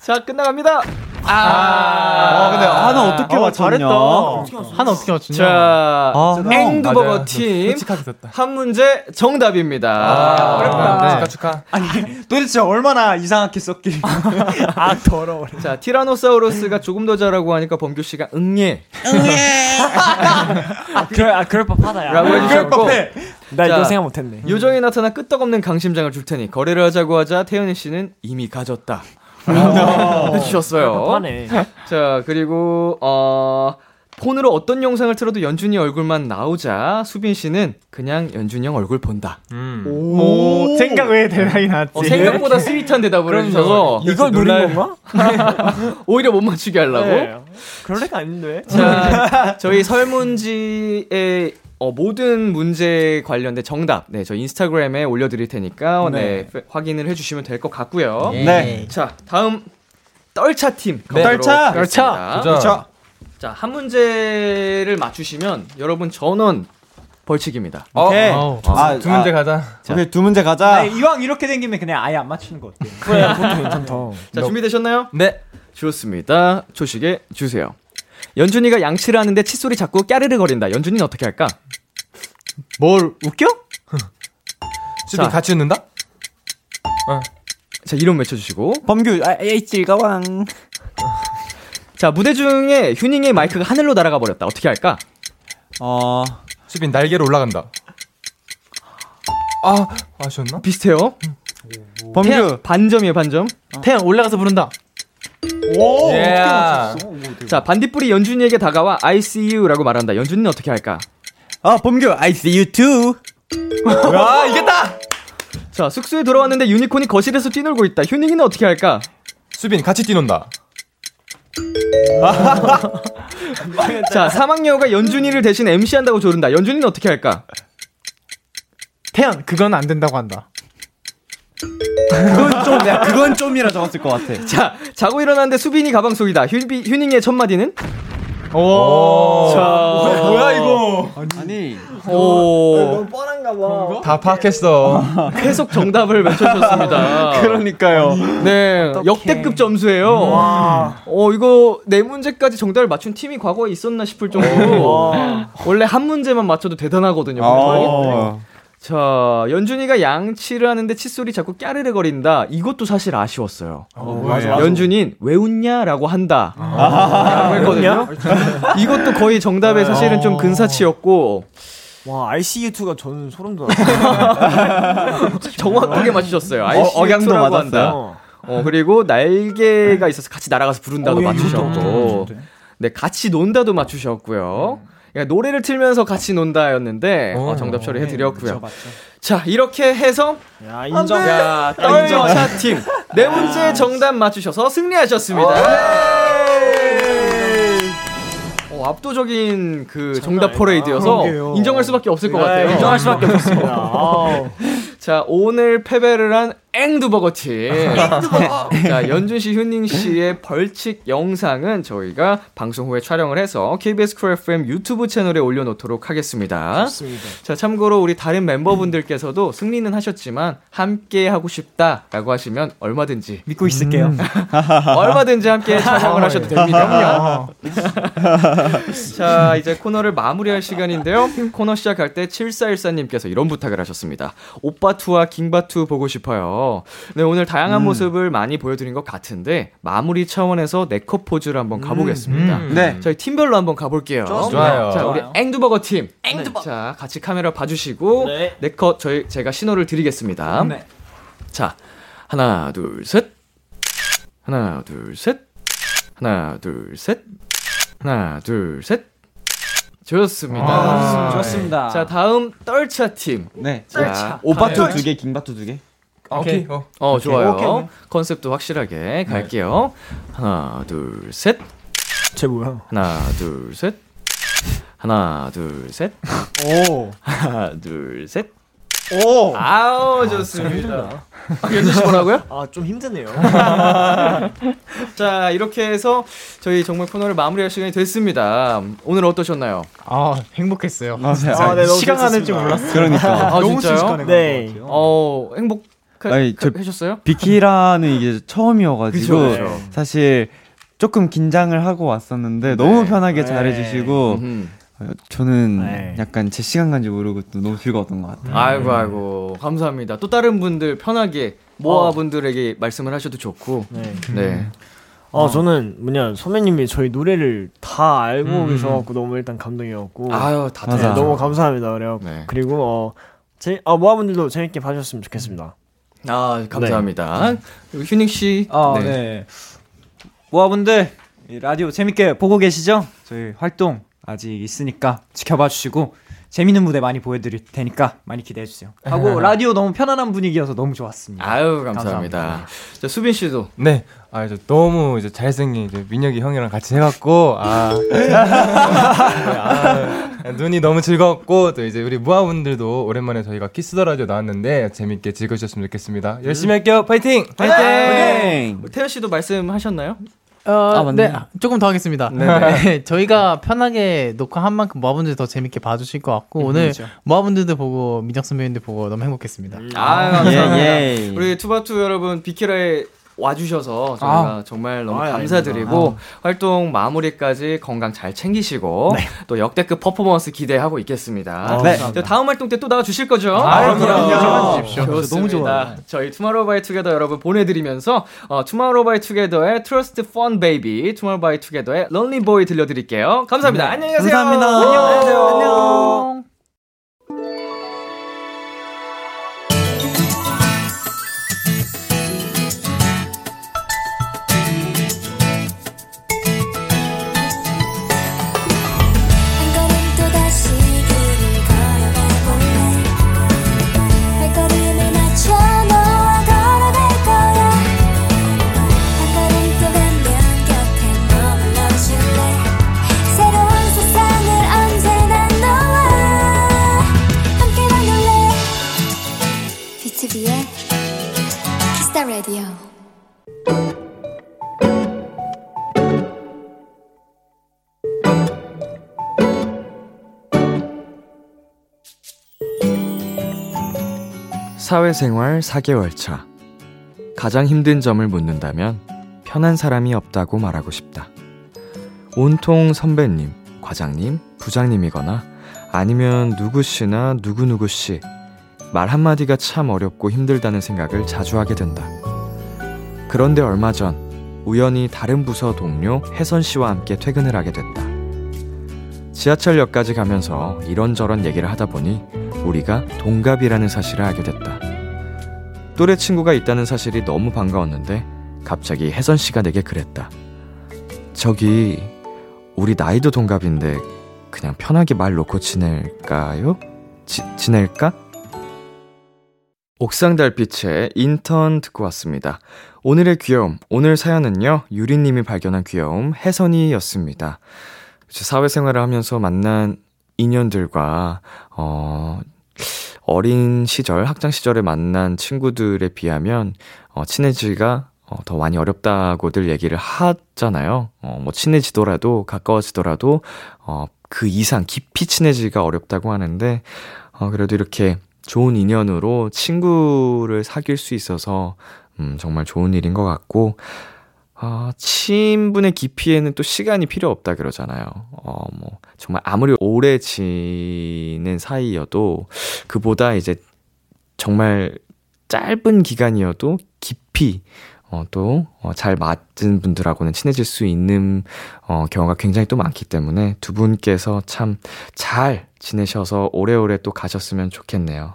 자, 끝나갑니다. 아, 아, 근데 하나 어떻게 맞췄냐? 하나 어떻게 맞췄냐? 자, 아, 형. 앵두버거 맞아요. 팀. 솔직하게 한 문제 정답입니다. 아, 네. 어렵다. 축하, 축하. 아니, 도대체 얼마나 이상하게 썼길. 아, 더러워. 자, 티라노사우루스가 조금 더 잘하고 하니까 범규씨가 응예. 아, 그럴, 아, 그럴 법하다, 야. 라고 해주셨고. 나 자, 이거 생각 못했네. 요정이 나타나 끄떡없는 강심장을 줄 테니 거래를 하자고 하자 태연이 씨는 이미 가졌다. 해주셨어요. 답답하네. 자 그리고 어 폰으로 어떤 영상을 틀어도 연준이 얼굴만 나오자 수빈 씨는 그냥 연준이 형 얼굴 본다. 오, 음. 뭐, 생각 외에 대단히 낫지. 어, 생각보다 스윗한 대답을 그럼요. 해주셔서 이걸 노린 건가? 오히려 못 맞추게 하려고. 네. 그럴 애가 아닌데. 자, 저희 설문지의 어, 모든 문제 관련된 정답, 네, 저 인스타그램에 올려드릴 테니까 네, 네. 페- 확인을 해주시면 될 것 같고요. 예. 네. 자, 다음 떨차 팀. 네. 가보도록 떨차! 하겠습니다. 떨차! 떨차! 자, 한 문제를 맞추시면 여러분 전원 벌칙입니다. 네. 오케이. 어, 아, 두 문제 가자. 자, 오케이 두 문제 가자. 아니, 이왕 이렇게 된 김에 그냥 아예 안 맞추는 거 어때? 자, 준비되셨나요? 네. 좋습니다. 조식에 주세요. 연준이가 양치를 하는데 칫솔이 자꾸 까르르 거린다. 연준이는 어떻게 할까? 뭘 웃겨? 수빈 같이 웃는다? 자, 이름 외쳐주시고. 범규 아, 에이 즐거왕. 자, 무대 중에 휴닝의 마이크가 하늘로 날아가 버렸다. 어떻게 할까? 어. 수빈 날개로 올라간다. 아, 아셨나? 비슷해요. 범규. 태양, 반점이에요, 반점. 태양 올라가서 부른다. 오. 예. 어떻게 맞췄어? 오, 어떻게 자, 반딧불이 연준이에게 다가와 I see you라고 말한다. 연준이는 어떻게 할까? 아, 범규 I see you too. 와, 이겼다. 자, 숙소에 돌아왔는데 유니콘이 거실에서 뛰놀고 있다. 휴닝이는 어떻게 할까? 수빈 같이 뛰논다. 자, 사막여우가 연준이를 대신 MC한다고 조른다. 연준이는 어떻게 할까? 태연 그건 안 된다고 한다. 그건 좀, 아, 야, 그건 좀이라 적었을 것 같아. 자, 자고 일어났는데 수빈이 가방 속이다. 휴, 휴닝의 첫 마디는? 오. 자, 뭐야, 이거? 아니. 오. 뻔한가 봐. 다 파악했어. 계속 정답을 외쳐주셨습니다. 그러니까요. 네, 역대급 점수예요. 어 이거 네 문제까지 정답을 맞춘 팀이 과거에 있었나 싶을 정도로 원래 한 문제만 맞춰도 대단하거든요. 보통. 자, 연준이가 양치를 하는데 칫솔이 자꾸 까르르 거린다. 이것도 사실 아쉬웠어요. 맞아, 맞아. 연준인 왜 웃냐라고 한다. 라고 했거든요. 이것도 거의 정답에 사실은 좀 근사치였고 와, ICU2가 저는 소름 돋아. 정확하게 맞추셨어요. 어, 억양도 억양도 맞았다. 맞았어요. 어 그리고 날개가 있어서 같이 날아가서 부른다도 어, 예, 맞추셨고, 이것도 네 같이 논다도 맞추셨고요. 그러니까 노래를 틀면서 같이 논다였는데 어, 정답 처리해 드렸고요. 자 이렇게 해서 야, 인정. 야, 아, 인정. 떨차 팀네 문제 정답 맞추셔서 승리하셨습니다. 네. 어, 압도적인 그 정답 퍼레이드여서 그러게요. 인정할 수밖에 없을 것 네, 같아요. 인정할 수밖에 없습니다. 아우. 자 오늘 패배를 한 앵두버거 팀. 자 연준 씨, 휴닝 씨의 벌칙 영상은 저희가 방송 후에 촬영을 해서 KBS 쿨 FM 유튜브 채널에 올려놓도록 하겠습니다. 좋습니다. 자 참고로 우리 다른 멤버분들께서도 승리는 하셨지만 함께 하고 싶다라고 하시면 얼마든지 믿고 있을게요. 음. 얼마든지 함께 촬영을 하셔도 됩니다. 자, 이제 코너를 마무리할 시간인데요. 코너 시작할 때 7414님께서 이런 부탁을 하셨습니다. 오빠투와 킹바투 보고 싶어요. 네, 오늘 다양한 음. 모습을 많이 보여드린 것 같은데, 마무리 차원에서 네컷 포즈를 한번 가보겠습니다. 음. 네. 저희 팀별로 한번 가볼게요. 좋습니다. 자, 좋아요. 우리 앵두버거 팀. 네, 자, 같이 카메라 봐주시고, 네컷 저희, 제가 신호를 드리겠습니다. 네. 자, 하나, 둘, 셋. 하나, 둘, 셋. 하나, 둘, 셋. 하나, 둘, 셋. 좋습니다. 아, 좋습니다. 자, 다음 떨차 팀. 네. 자, 오바투 두 개, 김바투 두 개. 아, 오케이. 어, 좋아요. 컨셉도 확실하게 갈게요. 하나, 둘, 셋. 제 뭐야? 하나, 둘, 셋. 하나, 둘, 셋. 오. 하나, 둘, 셋. 오. 아우 좋습니다. 연주 씨 뭐라고요? 아 좀 힘드네요. 자 이렇게 해서 저희 정말 코너를 마무리할 시간이 됐습니다. 오늘 어떠셨나요? 아 행복했어요. 아, 네. 아, 네, 너무 시간 가는 줄 재밌었습니다. 몰랐어요. 그러니까. 아, 너무 진짜요? 순식간에 네. 어 행복. 아니, 저 하셨어요? 비키라는 이게 처음이어가지고 그쵸, 그쵸. 사실 조금 긴장을 하고 왔었는데 네. 너무 편하게 잘해주시고 음. 어, 저는 네. 약간 제 시간 간지 모르고 또 너무 즐거웠던 것 같아요. 아이고 아이고 감사합니다. 또 다른 분들 편하게 모아분들에게 말씀을 하셔도 좋고. 어. 네. 아 저는 뭐냐 선배님이 저희 노래를 다 알고 음. 계셔갖고 너무 일단 감동이었고 아유, 다들 네, 알죠. 너무 감사합니다 그래요 네. 그리고 어, 제, 아 모아분들도 재밌게 봐주셨으면 좋겠습니다 아 감사합니다. 그리고 휴닝 씨. 아, 네. 네. 모아분들 이 라디오 재밌게 보고 계시죠? 저희 활동 아직 있으니까 지켜봐 주시고 재밌는 무대 많이 보여드릴 테니까 많이 기대해 주세요. 하고 라디오 너무 편안한 분위기여서 너무 좋았습니다. 아유 감사합니다. 자 수빈 씨도 네. 아, 이제 너무 이제 잘생긴 이제 민혁이 형이랑 같이 해갖고 아, 아, 눈이 너무 즐거웠고 또 이제 우리 무아분들도 오랜만에 저희가 키스더 라디오 나왔는데 재밌게 즐거우셨으면 좋겠습니다. 열심히 할게요. 파이팅! 예, 뭐 태연 씨도 말씀하셨나요? 어, 아, 맞네. 네, 조금 더 하겠습니다. 네네. 네, 저희가 편하게 녹화한 만큼 모아분들 더 재밌게 봐주실 것 같고 음, 오늘 그렇죠. 모아분들도 보고 민혁 선배님들 보고 너무 행복했습니다. 아유 예, 감사합니다. 우리 투바투 여러분 비키라에 와주셔서 저희가 아. 정말 너무 아유, 감사드리고 활동 마무리까지 건강 잘 챙기시고 또 역대급 퍼포먼스 기대하고 있겠습니다. 네. 자, 다음 활동 때 또 나와 주실 거죠? 아유, 그럼요. 그럼요. 주십시오. 좋습니다. 너무 좋아요. 저희 투마로우바이투게더 여러분 보내드리면서 어, 투마로우바이투게더의 Trust Fun Baby, 투마로우바이투게더의 Lonely Boy 들려드릴게요. 감사합니다. 안녕히 가세요. 감사합니다. 안녕. 안녕. 한 걸음 또다시 길을 걸어가 볼래 발걸음을 맞춰 너와 걸어갈 거야 한 걸음 또 가면 곁에 머물러 줄래 새로운 세상을 언제나 너와 함께 만들래 B2B의 키스타 라디오 사회생활 4개월 차. 가장 힘든 점을 묻는다면 편한 사람이 없다고 말하고 싶다. 온통 선배님, 과장님, 부장님이거나 아니면 누구씨나 누구누구씨. 말 한마디가 참 어렵고 힘들다는 생각을 자주 하게 된다. 그런데 얼마 전 우연히 다른 부서 동료 혜선 씨와 함께 퇴근을 하게 됐다. 지하철역까지 가면서 이런저런 얘기를 하다 보니 우리가 동갑이라는 사실을 알게 됐다. 또래 친구가 있다는 사실이 너무 반가웠는데 갑자기 혜선 씨가 내게 그랬다. 저기 우리 나이도 동갑인데 그냥 편하게 말 놓고 지낼까요? 지, 지낼까? 옥상 달빛의 인턴 듣고 왔습니다. 오늘의 귀여움, 오늘 사연은요, 유리님이 발견한 귀여움, 혜선이였습니다. 그치, 사회생활을 하면서 만난 인연들과, 어, 어린 시절, 학창 시절에 만난 친구들에 비하면, 어, 친해지기가 어, 더 많이 어렵다고들 얘기를 하잖아요. 어, 뭐, 친해지더라도, 가까워지더라도, 어, 그 이상 깊이 친해지기가 어렵다고 하는데, 어, 그래도 이렇게 좋은 인연으로 친구를 사귈 수 있어서, 음, 정말 좋은 일인 것 같고, 아, 친분의 깊이에는 또 시간이 필요 없다 그러잖아요. 어, 뭐, 정말 아무리 오래 지낸 사이여도 그보다 이제 정말 짧은 기간이어도 깊이 어, 또 잘 맞은 분들하고는 친해질 수 있는 어, 경우가 굉장히 또 많기 때문에 두 분께서 참 잘 지내셔서 오래오래 또 가셨으면 좋겠네요.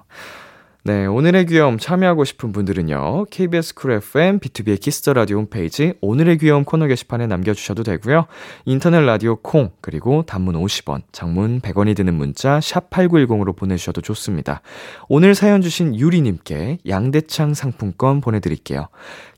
네, 오늘의 귀여움 참여하고 싶은 분들은요. KBS 쿨 FM B2B의 키스터 라디오 홈페이지 오늘의 귀여움 코너 게시판에 남겨 주셔도 되고요. 인터넷 라디오 콩 그리고 단문 50원, 장문 100원이 드는 문자 샵 8910으로 보내 주셔도 좋습니다. 오늘 사연 주신 유리 님께 양대창 상품권 보내 드릴게요.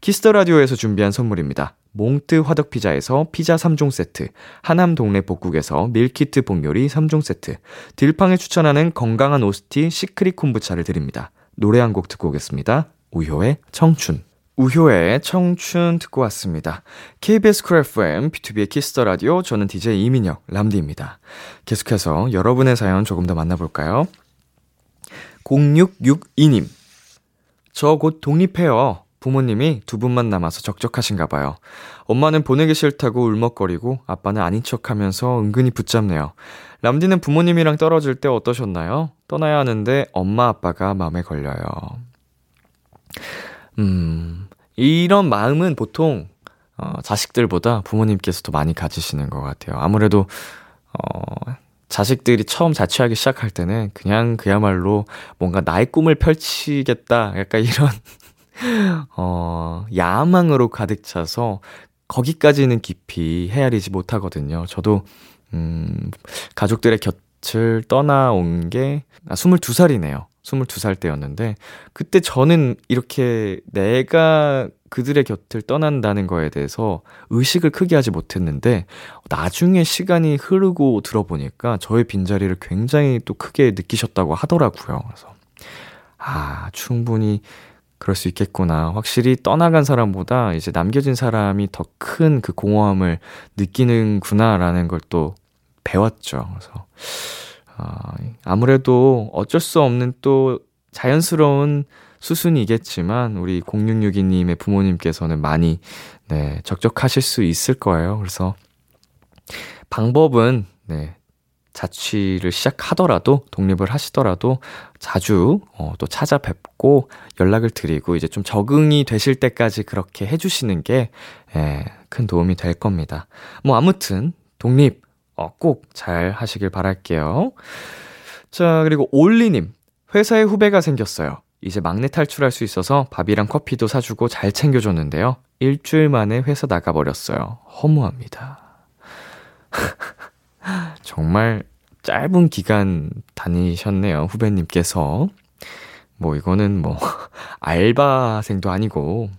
키스터 라디오에서 준비한 선물입니다. 몽뜨 화덕피자에서 피자 3종 세트, 하남 동네 복국에서 밀키트 복요리 3종 세트, 딜팡이 추천하는 건강한 오스티 시크릿 콤부차를 드립니다. 노래 한 곡 듣고 오겠습니다. 우효의 청춘. 우효의 청춘 듣고 왔습니다. KBS 쿨 FM, B2B의 키스터 라디오, 저는 DJ 이민혁, 람디입니다. 계속해서 여러분의 사연 조금 더 만나볼까요? 0662님. 저 곧 독립해요. 부모님이 두 분만 남아서 적적하신가 봐요. 엄마는 보내기 싫다고 울먹거리고 아빠는 아닌 척 하면서 은근히 붙잡네요. 람디는 부모님이랑 떨어질 때 어떠셨나요? 떠나야 하는데 엄마 아빠가 마음에 걸려요. 음, 이런 마음은 보통 어, 자식들보다 부모님께서 더 많이 가지시는 것 같아요. 아무래도 어, 자식들이 처음 자취하기 시작할 때는 그냥 그야말로 뭔가 나의 꿈을 펼치겠다 약간 이런 어, 야망으로 가득 차서 거기까지는 깊이 헤아리지 못하거든요. 저도 음, 가족들의 곁을 떠나온 게 아, 22살이네요. 22살 때였는데 그때 저는 이렇게 내가 그들의 곁을 떠난다는 거에 대해서 의식을 크게 하지 못했는데 나중에 시간이 흐르고 들어보니까 저의 빈자리를 굉장히 또 크게 느끼셨다고 하더라고요. 그래서 아, 충분히 그럴 수 있겠구나. 확실히 떠나간 사람보다 이제 남겨진 사람이 더 큰 그 공허함을 느끼는구나라는 걸 또 배웠죠. 그래서 아, 아무래도 어쩔 수 없는 또 자연스러운 수순이겠지만 우리 0662님의 부모님께서는 많이 네, 적적하실 수 있을 거예요. 그래서 방법은 네, 자취를 시작하더라도 독립을 하시더라도 자주 어, 또 찾아뵙고 연락을 드리고 이제 좀 적응이 되실 때까지 그렇게 해주시는 게 예, 큰 도움이 될 겁니다. 뭐 아무튼 독립 어, 꼭 잘 하시길 바랄게요. 자 그리고 올리님 회사에 후배가 생겼어요. 이제 막내 탈출할 수 있어서 밥이랑 커피도 사주고 잘 챙겨줬는데요. 일주일 만에 회사 나가버렸어요. 허무합니다. 정말 짧은 기간 다니셨네요, 후배님께서. 뭐, 이거는 뭐, 알바생도 아니고,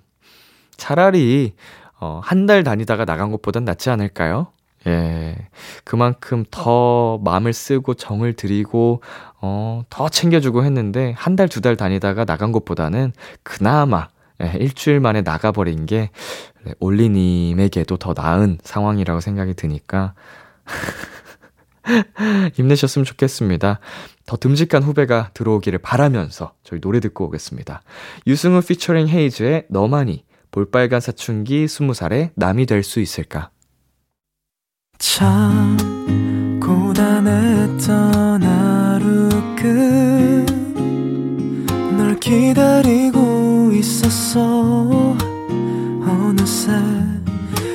차라리, 어, 한 달 다니다가 나간 것보단 낫지 않을까요? 예. 그만큼 더 마음을 쓰고 정을 들이고, 어, 더 챙겨주고 했는데, 한 달, 두 달 다니다가 나간 것보다는 그나마, 예, 일주일 만에 나가버린 게, 네, 올리님에게도 더 나은 상황이라고 생각이 드니까, 힘내셨으면 좋겠습니다. 더 듬직한 후배가 들어오기를 바라면서 저희 노래 듣고 오겠습니다. 유승우 피처링 헤이즈의 너만이 볼빨간 사춘기 20살에 남이 될 수 있을까? 참 고단했던 하루 끝널 기다리고 있었어 어느새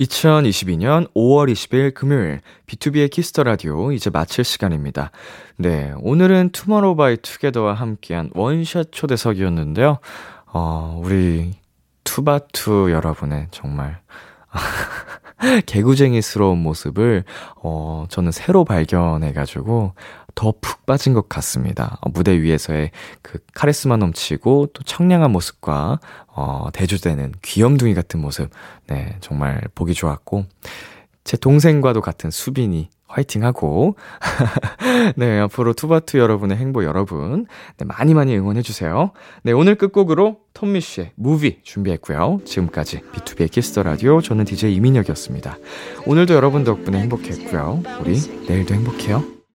2022년 5월 20일 금요일 B2B의 키스터 라디오 이제 마칠 시간입니다. 네, 오늘은 투모로우바이투게더와 함께한 원샷 초대석이었는데요. 어, 우리 투바투 여러분의 정말 개구쟁이스러운 모습을 어, 저는 새로 발견해가지고 더 푹 빠진 것 같습니다. 어, 무대 위에서의 그 카리스마 넘치고 또 청량한 모습과 어, 대조되는 귀염둥이 같은 모습, 네 정말 보기 좋았고 제 동생과도 같은 수빈이 화이팅하고 네 앞으로 투바투 여러분의 행보 여러분 네, 많이 많이 응원해 주세요. 네 오늘 끝곡으로 톰미 씨의 무비 준비했고요. 지금까지 B2B의 키스터 라디오 저는 DJ 이민혁이었습니다. 오늘도 여러분 덕분에 행복했고요. 우리 내일도 행복해요.